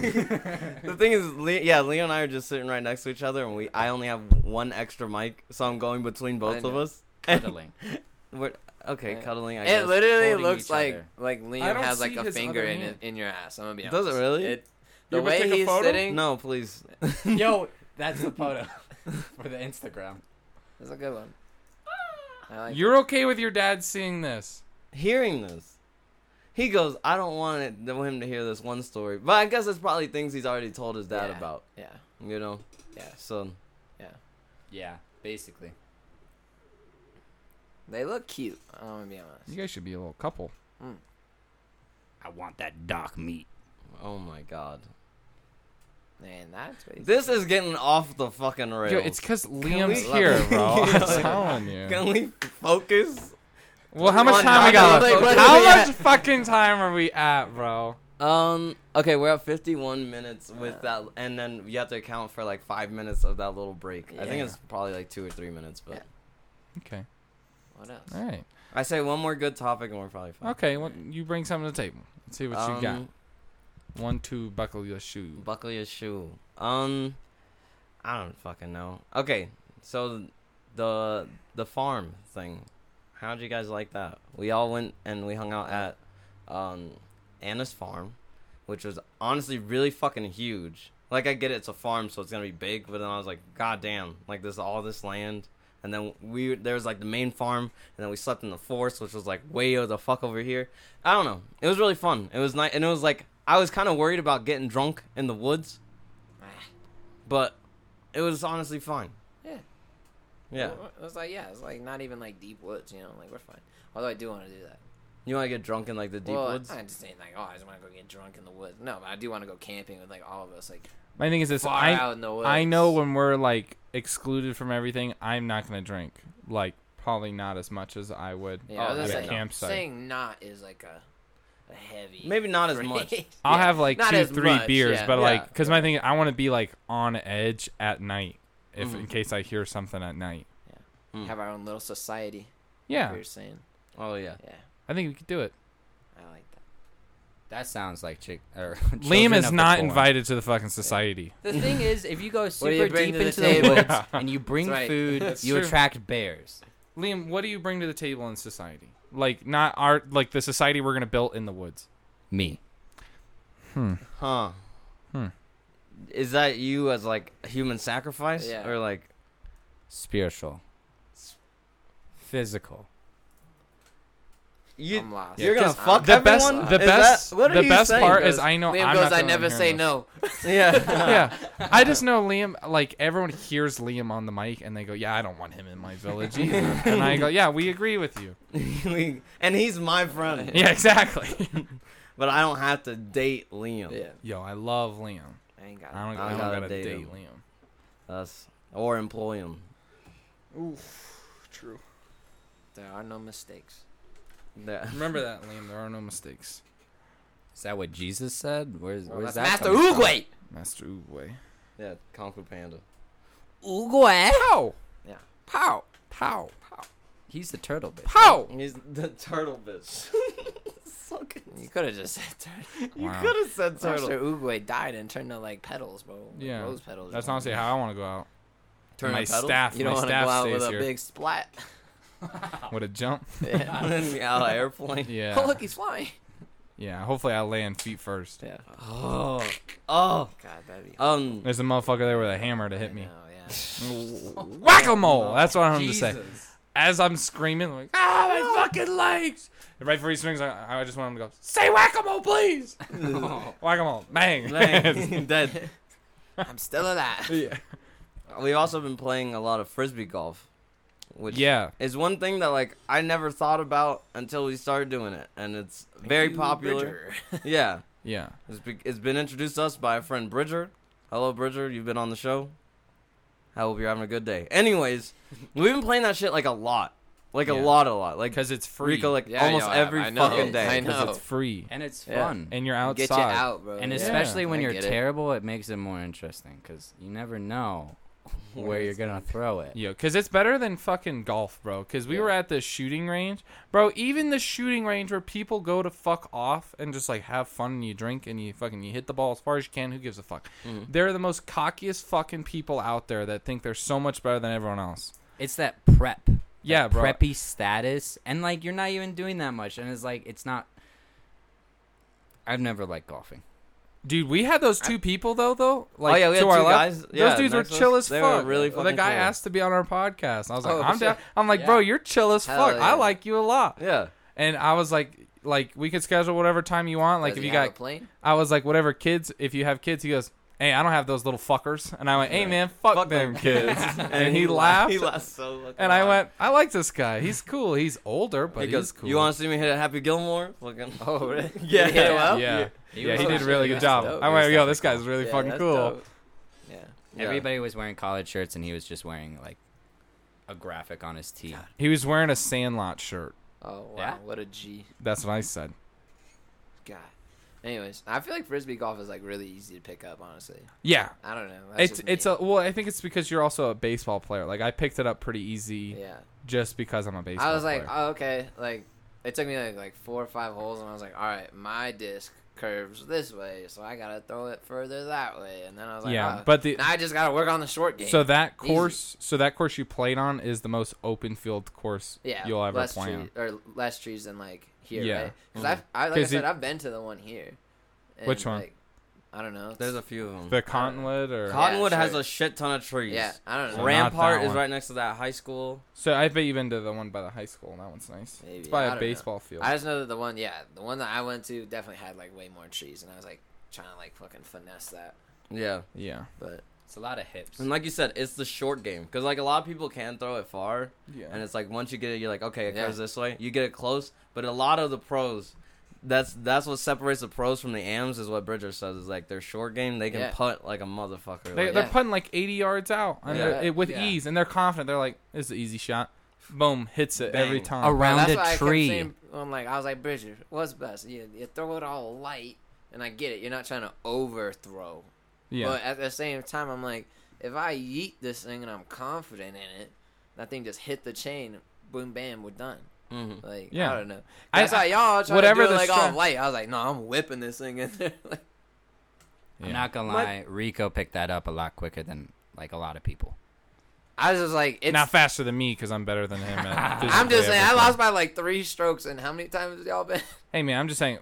the thing is, Le- yeah, Leo and I are just sitting right next to each other, and we I only have one extra mic, so I'm going between both of
know.
us.
Cuddling.
We're, okay,
Yeah.
cuddling. I
It
guess.
literally
holding
looks
each
like
other.
like
I
Liam
don't
has like
see
a
his
finger
other
in
hand.
in your ass. I'm gonna be honest.
Does it really?
It,
You
the
ever
way
take a
he's
photo?
sitting,
no, please.
Yo, that's the photo for the Instagram.
that's a good one. I like
You're okay with your dad seeing this.
Hearing this, he goes, "I don't want it, I want him to hear this one story." But I guess it's probably things he's already told his dad
Yeah.
about.
Yeah.
You know.
Yeah.
So
Yeah, basically.
They look cute. I'm gonna be honest.
You guys should be a little couple.
I want that dock meat.
Oh my god.
Man, that's what
This is getting off the fucking rails.
Yo, it's because Liam's
we-
here, bro. I'm
Yeah.
telling you.
Can we focus?
Well, how much
on,
time we got
Doc, like,
left?
what
How
are we
much
at?
fucking time are we at, bro?
Um. Okay, we're at 51 minutes with that, and then you have to account for like five minutes of that little break. I think
Yeah.
it's probably like two or three minutes, but
Yeah.
Okay.
What else?
All right.
I say one more good topic, and we're probably fine.
Okay. Well, you bring something to the table. Let's see what you got.
Um,
One, two, buckle your shoe.
Buckle your shoe. Um, I don't fucking know. Okay, so the the farm thing. How'd you guys like that? We all went and we hung out at um, Anna's farm, which was honestly really fucking huge. Like I get it, it's a farm, so it's gonna be big. But then I was like, God damn, like this all this land. And then we there was like the main farm, and then we slept in the forest, which was like way the fuck over here. I don't know. It was really fun. It was nice, and it was like I was kind of worried about getting drunk in the woods, but it was honestly fine.
Yeah.
Yeah.
It was like yeah, it's like not even like deep woods. You know, like we're fine. Although I do want to do that.
You want to get drunk in like the deep
well,
woods?
I just ain't like oh, I just want to go get drunk in the woods. No, but I do want to go camping with like all of us. Like
My thing is this:
Far
I
out in the
I
woods.
know when we're like excluded from everything, I'm not gonna drink. Like probably not as much as I would
yeah,
Oh,
I was
at
just
yeah,
a
saying,
campsite.
saying not is like a, a heavy.
Maybe not as much.
phrase.
I'll
Yeah.
have like
Not
two,
as
three
much,
beers,
yeah.
but
Yeah.
like, because my thing, I want to be like on edge at night, if
Mm.
in case I hear something at night.
Mm.
have our own little society.
Yeah,
we were saying.
Oh yeah.
Yeah,
I think we could do it.
I like that.
That sounds like chick. Or
Liam
Children of
is
the
not
Corn.
invited to the fucking society.
The thing is, if you go
do you
super
bring
deep
to the
into the,
table?
woods and you bring
That's right.
food,
That's
you
true.
attract bears.
Liam, what do you bring to the table in society? Like not our like the society we're gonna build in the woods.
Me.
Huh.
Hmm.
Is that you as like a human sacrifice?
Yeah.
Or like
Spiritual. Physical.
you?
I'm lost.
You're gonna
Just-
fuck
The
everyone?
best, the
Is
best,
that- what are
the
you
best
saying?
part
Goes-
is I know
Liam
I'm
goes,
not the
I
only one
never
hearing
say
this."
no.
yeah.
yeah. I just know Liam, like, everyone hears Liam on the mic and they go, Yeah, I don't want him in my village either. and I go, Yeah, we agree with you.
We- and he's my friend,
Yeah, exactly.
but I don't have to date Liam.
Yeah,
Yo, I love Liam.
I ain't got.
I don't,
it.
I
I
don't
gotta
gotta
date
date,
him.
Liam.
Us or employ him.
True.
There are no mistakes.
There-
Remember that, Liam. There are no mistakes.
Is that what Jesus said? Where's,
Well,
where's that?
that's Master
coming from?
Uguay.
Master Uwe.
Yeah, Kung Fu Panda.
Uguay. Pow.
Yeah.
Pow. Pow. Pow. He's the turtle bitch.
Pow!
He's the turtle bitch. so good.
You could have just said turtle.
You
Wow.
could have said turtle.
Master Uguay died and turned to like petals, bro. Like,
Yeah.
rose petals.
That's
or
honestly
something.
how I want to go out.
Turn
my
a pedal?
staff,
You don't
my
want to
staff
go out
stays
with a
here.
big splat.
With a jump.
Yeah.
out of airplane.
Yeah.
Oh look, he's flying.
Yeah. Hopefully, I land feet first.
Yeah.
Oh, oh.
God, that'd be.
Um,
There's a motherfucker there with a hammer to hit me.
No, yeah.
Whack a mole! That's what I'm to say. as I'm screaming, like, ah, my fucking legs. And right before he swings, I, I just want him to go, say whack a mole, please. whack a mole. Bang.
like, dead.
I'm still alive.
yeah.
We've also been playing a lot of frisbee golf, which
Yeah.
is one thing that like I never thought about until we started doing it, and it's very
You
popular.
Bridger.
Yeah,
Yeah.
it's, be- it's been introduced to us by our friend Bridger. Hello, Bridger. You've been on the show. I hope you're having a good day. Anyways, we've been playing that shit like a lot, like a
Yeah.
lot, a lot, like
Because it's free.
Rico, like
Yeah,
almost
yo, I-
every
I know.
fucking day.
I
'cause
know.
it's free.
And it's
Yeah.
fun.
And you're outside.
Get you out, bro.
And
Yeah.
especially when
I
you're
get it.
terrible, it. makes it more interesting because you never know where you're gonna throw it.
Yeah, because it's better than fucking golf, bro. Because we were at the shooting range. Bro, even the shooting range where people go to fuck off and just like have fun and you drink and you fucking you hit the ball as far as you can, who gives a fuck? They're the most cockiest fucking people out there that think they're so much better than everyone else.
It's that prep. that
Yeah, bro.
Preppy status, and like you're not even doing that much, and it's like it's not. I've never liked golfing.
Dude, we had those two people though, though. Like
yeah,
to
we had
our
two
left.
guys,
Those
yeah,
dudes were
next to
chill
us.
as
They were
fuck.
really
the
fucking
guy
cool.
asked to be on our podcast. and I was like,
Oh,
I'm
shit.
down. I'm like, bro, you're chill as
Hell
fuck. I
yeah.
like you a lot.
Yeah.
And I was like, like we could schedule whatever time you want. Like
Does
if
he
you
have
got,
a plane,
I was like, whatever kids. If you have kids, he goes, hey, I don't have those little fuckers. And I went, hey, man, fuck, them kids. and he laughed.
He laughed so fucking
And I
hard.
went, I like this guy. He's cool. He's older, but
He goes,
he's cool.
"You want to see me hit a Happy Gilmore?" Fucking
Oh, really?
yeah,
Did he hit it
yeah.
well?
Yeah,
He
he,
was
did a
actually-
really good
that's
job.
oh, dope.
I
He
went,
was
yo, this guy's really
Yeah,
fucking
that's
cool.
dope. Yeah.
Everybody was wearing collared shirts, and he was just wearing like a graphic on his tee.
He was wearing a Sandlot shirt.
Oh wow,
Yeah?
what a G.
That's what I said.
God. Anyways, I feel like frisbee golf is like really easy to pick up. Honestly,
Yeah,
I don't know. That's
it's
just me.
it's a well. I think it's because you're also a baseball player. Like I picked it up pretty easy
yeah.
just because I'm a baseball.
I was like,
player.
oh, okay. Like, it took me like, like four or five holes, and I was like, all right, my disc curves this way, so I gotta throw it further that way. And then I was like,
Yeah,
oh,
but the-
now I just gotta work on the short game.
so that
Easy.
course, so that course you played on is the most open field course
yeah,
you'll ever
less
play on.
tree, or less trees than like here.
Yeah.
Yeah, because I, I like I
'Cause
said,
it-
I've been to the one here. And,
Which one?
Like, I don't know.
There's a few of them.
The Cottonwood or
Cotton-
Cottonwood
Yeah,
has
sure.
a shit ton of trees.
yeah, I don't know.
Ram-
Rampart
that
is
one.
right next to that high school.
so I bet you've been to the one by the high school. and That one's nice.
Maybe,
It's
I
by
don't
a
know.
baseball field.
I just know that the one, yeah, the one that I went to definitely had like way more trees, and I was like trying to like fucking finesse that,
Yeah,
yeah,
but
It's a lot of hips.
and like you said, it's the short game because like a lot of people can throw it far,
yeah.
and it's like once you get it, you're like, okay, it
Yeah.
goes this way. You get it close, but a lot of the pros, that's that's what separates the pros from the AMs is what Bridger says is like their short game. They can
Yeah.
putt like a motherfucker.
They,
like-
They're
Yeah.
putting like 80 yards out and
Yeah.
they're- it- with
Yeah.
ease, and they're confident. They're like, "This is an easy shot." Boom, hits it every
Bang.
time.
Bro,
Around
that's
a
why
tree.
I kept saying, I'm like, I was like, Bridger, what's best? You, you throw it all light, and I get it. You're not trying to overthrow.
yeah,
But at the same time, I'm like, if I yeet this thing and I'm confident in it, that thing just hit the chain, boom, bam, we're done. Like,
Mhm.
Mm-hmm. Yeah.
I don't know.
I-
That's how y'all are trying
whatever
to do
the
it, like
strat-
all light. I was like, no, I'm whipping this thing in there. like,
Yeah.
I'm not gonna
My-
lie, Rico picked that up a lot quicker than like a lot of people.
I was just like, it's.
not faster than me because I'm better than him. At
I'm
physically
just saying, I
everything.
lost by like three strokes. And how many times has y'all been?
Hey man, I'm just saying,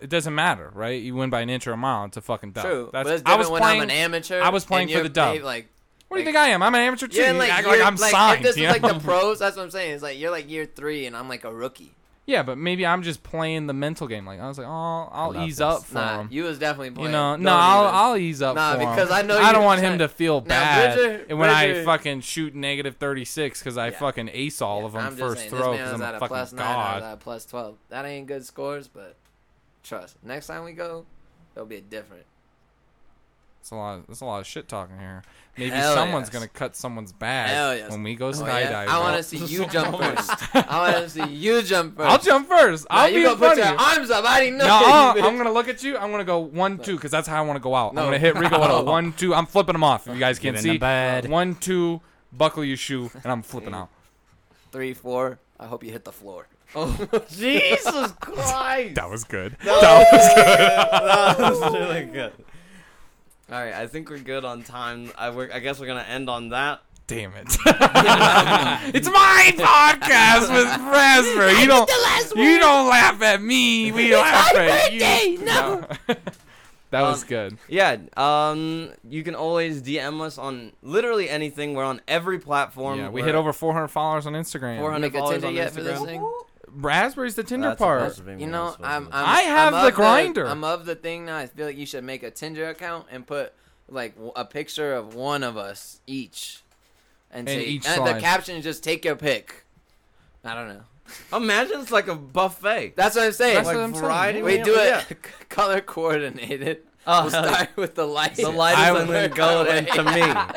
it doesn't matter, right? You win by an inch or a mile. It's a fucking dub.
True,
That's,
but it's
I
different
was
when
playing.
I'm an amateur.
I was playing
and
for the
you're
dub.
maybe, Like,
what do you
like-
think I am? I'm an amateur too.
Yeah,
You
and, like,
act like
you're-
I'm
like,
signed.
If this
you
is like
know?
the pros. That's what I'm saying. It's like you're like year three, and I'm like a rookie.
yeah, but maybe I'm just playing the mental game. Like I was like, oh, I'll
love
ease
this.
up for
Nah,
him.
you was definitely playing.
You know,
Don't
no, I'll,
even.
I'll ease up.
Nah,
for him.
because I know
I don't
you-
want him to feel
Now,
bad
Bridger-
and when I
Bridger-
fucking shoot negative thirty six because I
Yeah.
fucking ace all of them
I'm just
first
saying,
throw
This
because
man
I'm
was at
a
a
fucking
plus nine, I
god.
was at a plus twelve. That ain't good scores, but trust. Next time we go, it'll be a different.
It's a lot. That's a lot of shit talking here. Maybe
Hell
someone's
yes.
gonna cut someone's bag
Hell yes.
when we go
Oh,
skydiving.
yeah? I want to see you jump first. I want to see you jump first.
I'll jump first.
Now
I'll
you
be
gonna
funny.
put your arms up. I didn't know.
No,
you
I'll-
did.
uh-huh. I'm gonna look at you. I'm gonna go one two because that's how I want to go out.
No.
I'm gonna hit Rico with a
No.
one two. I'm flipping him off. If you guys
Get
can't
in the
see,
bed.
one two, buckle your shoe, and I'm flipping out.
Three, four. I hope you hit the floor.
oh Jesus Christ!
That was good. That was
that was really good. All right, I think we're good on time. I we I guess we're gonna end on that.
damn it. it's my podcast with Raspberry. You don't. You don't laugh at me. We laugh at you. No. that was
Um,
good.
Yeah, um, you can always DM us on literally anything. We're on every platform.
Yeah, we
We're-
hit over 400 followers on Instagram.
400
Make a
followers
Tinder
on
yet for this
Instagram.
thing?
Raspberry's the Tinder
That's-
part.
that's being
You know,
honest with
I'm,
you.
I'm.
I have
I'm
the
of
grinder.
I'm of the thing now. I feel like you should make a Tinder account and put like w- a picture of one of us each, and,
And
say,
each
and
slide.
the caption is just take your pick. I don't know.
Imagine it's like a buffet.
That's what I'm saying.
That's
Like,
what I'm
variety
saying.
we
meal?
do it
Yeah.
color coordinated.
Oh,
we'll
hell
start with the light.
The light
I
is
would-
and then go then to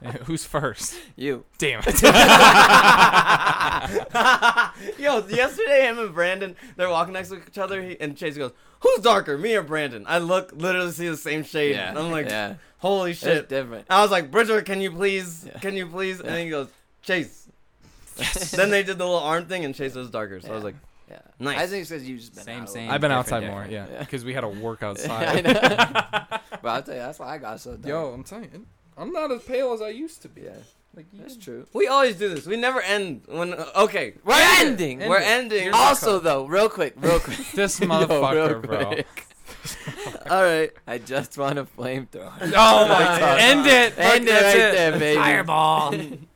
me.
Who's first?
You.
Damn it.
Yo, yesterday him and Brandon, they're walking next to each other, he, and Chase goes, "Who's darker, me or Brandon?" I look, literally see the same shade.
Yeah.
I'm like,
yeah.
"Holy
It's
shit!"
different.
I was like, "Bridger, can you please?
Yeah.
Can you please?" And then he goes, "Chase." then they did the little arm thing, and Chase was darker. So I was like,
Yeah.
Nice.
I think it's because you just been
Same,
out a
same.
lot.
I've been
Different,
outside more,
different.
yeah,
Yeah.
because we had to work
I
outside.
know. but I'll tell you, that's why I got so dark.
Yo, I'm telling you, I'm not as pale as I used to be.
Yeah.
Like, you
That's true.
"We always do this. We never end when uh, okay."
We're ending.
End
We're
it.
ending.
Here's
Oh,
Also, though, real quick, real quick.
This
Yo, real
motherfucker, bro.
quick. All right, I just want a flamethrower.
Oh
That's
my!
awesome.
End it.
End it
That's
right there, baby.
Fireball.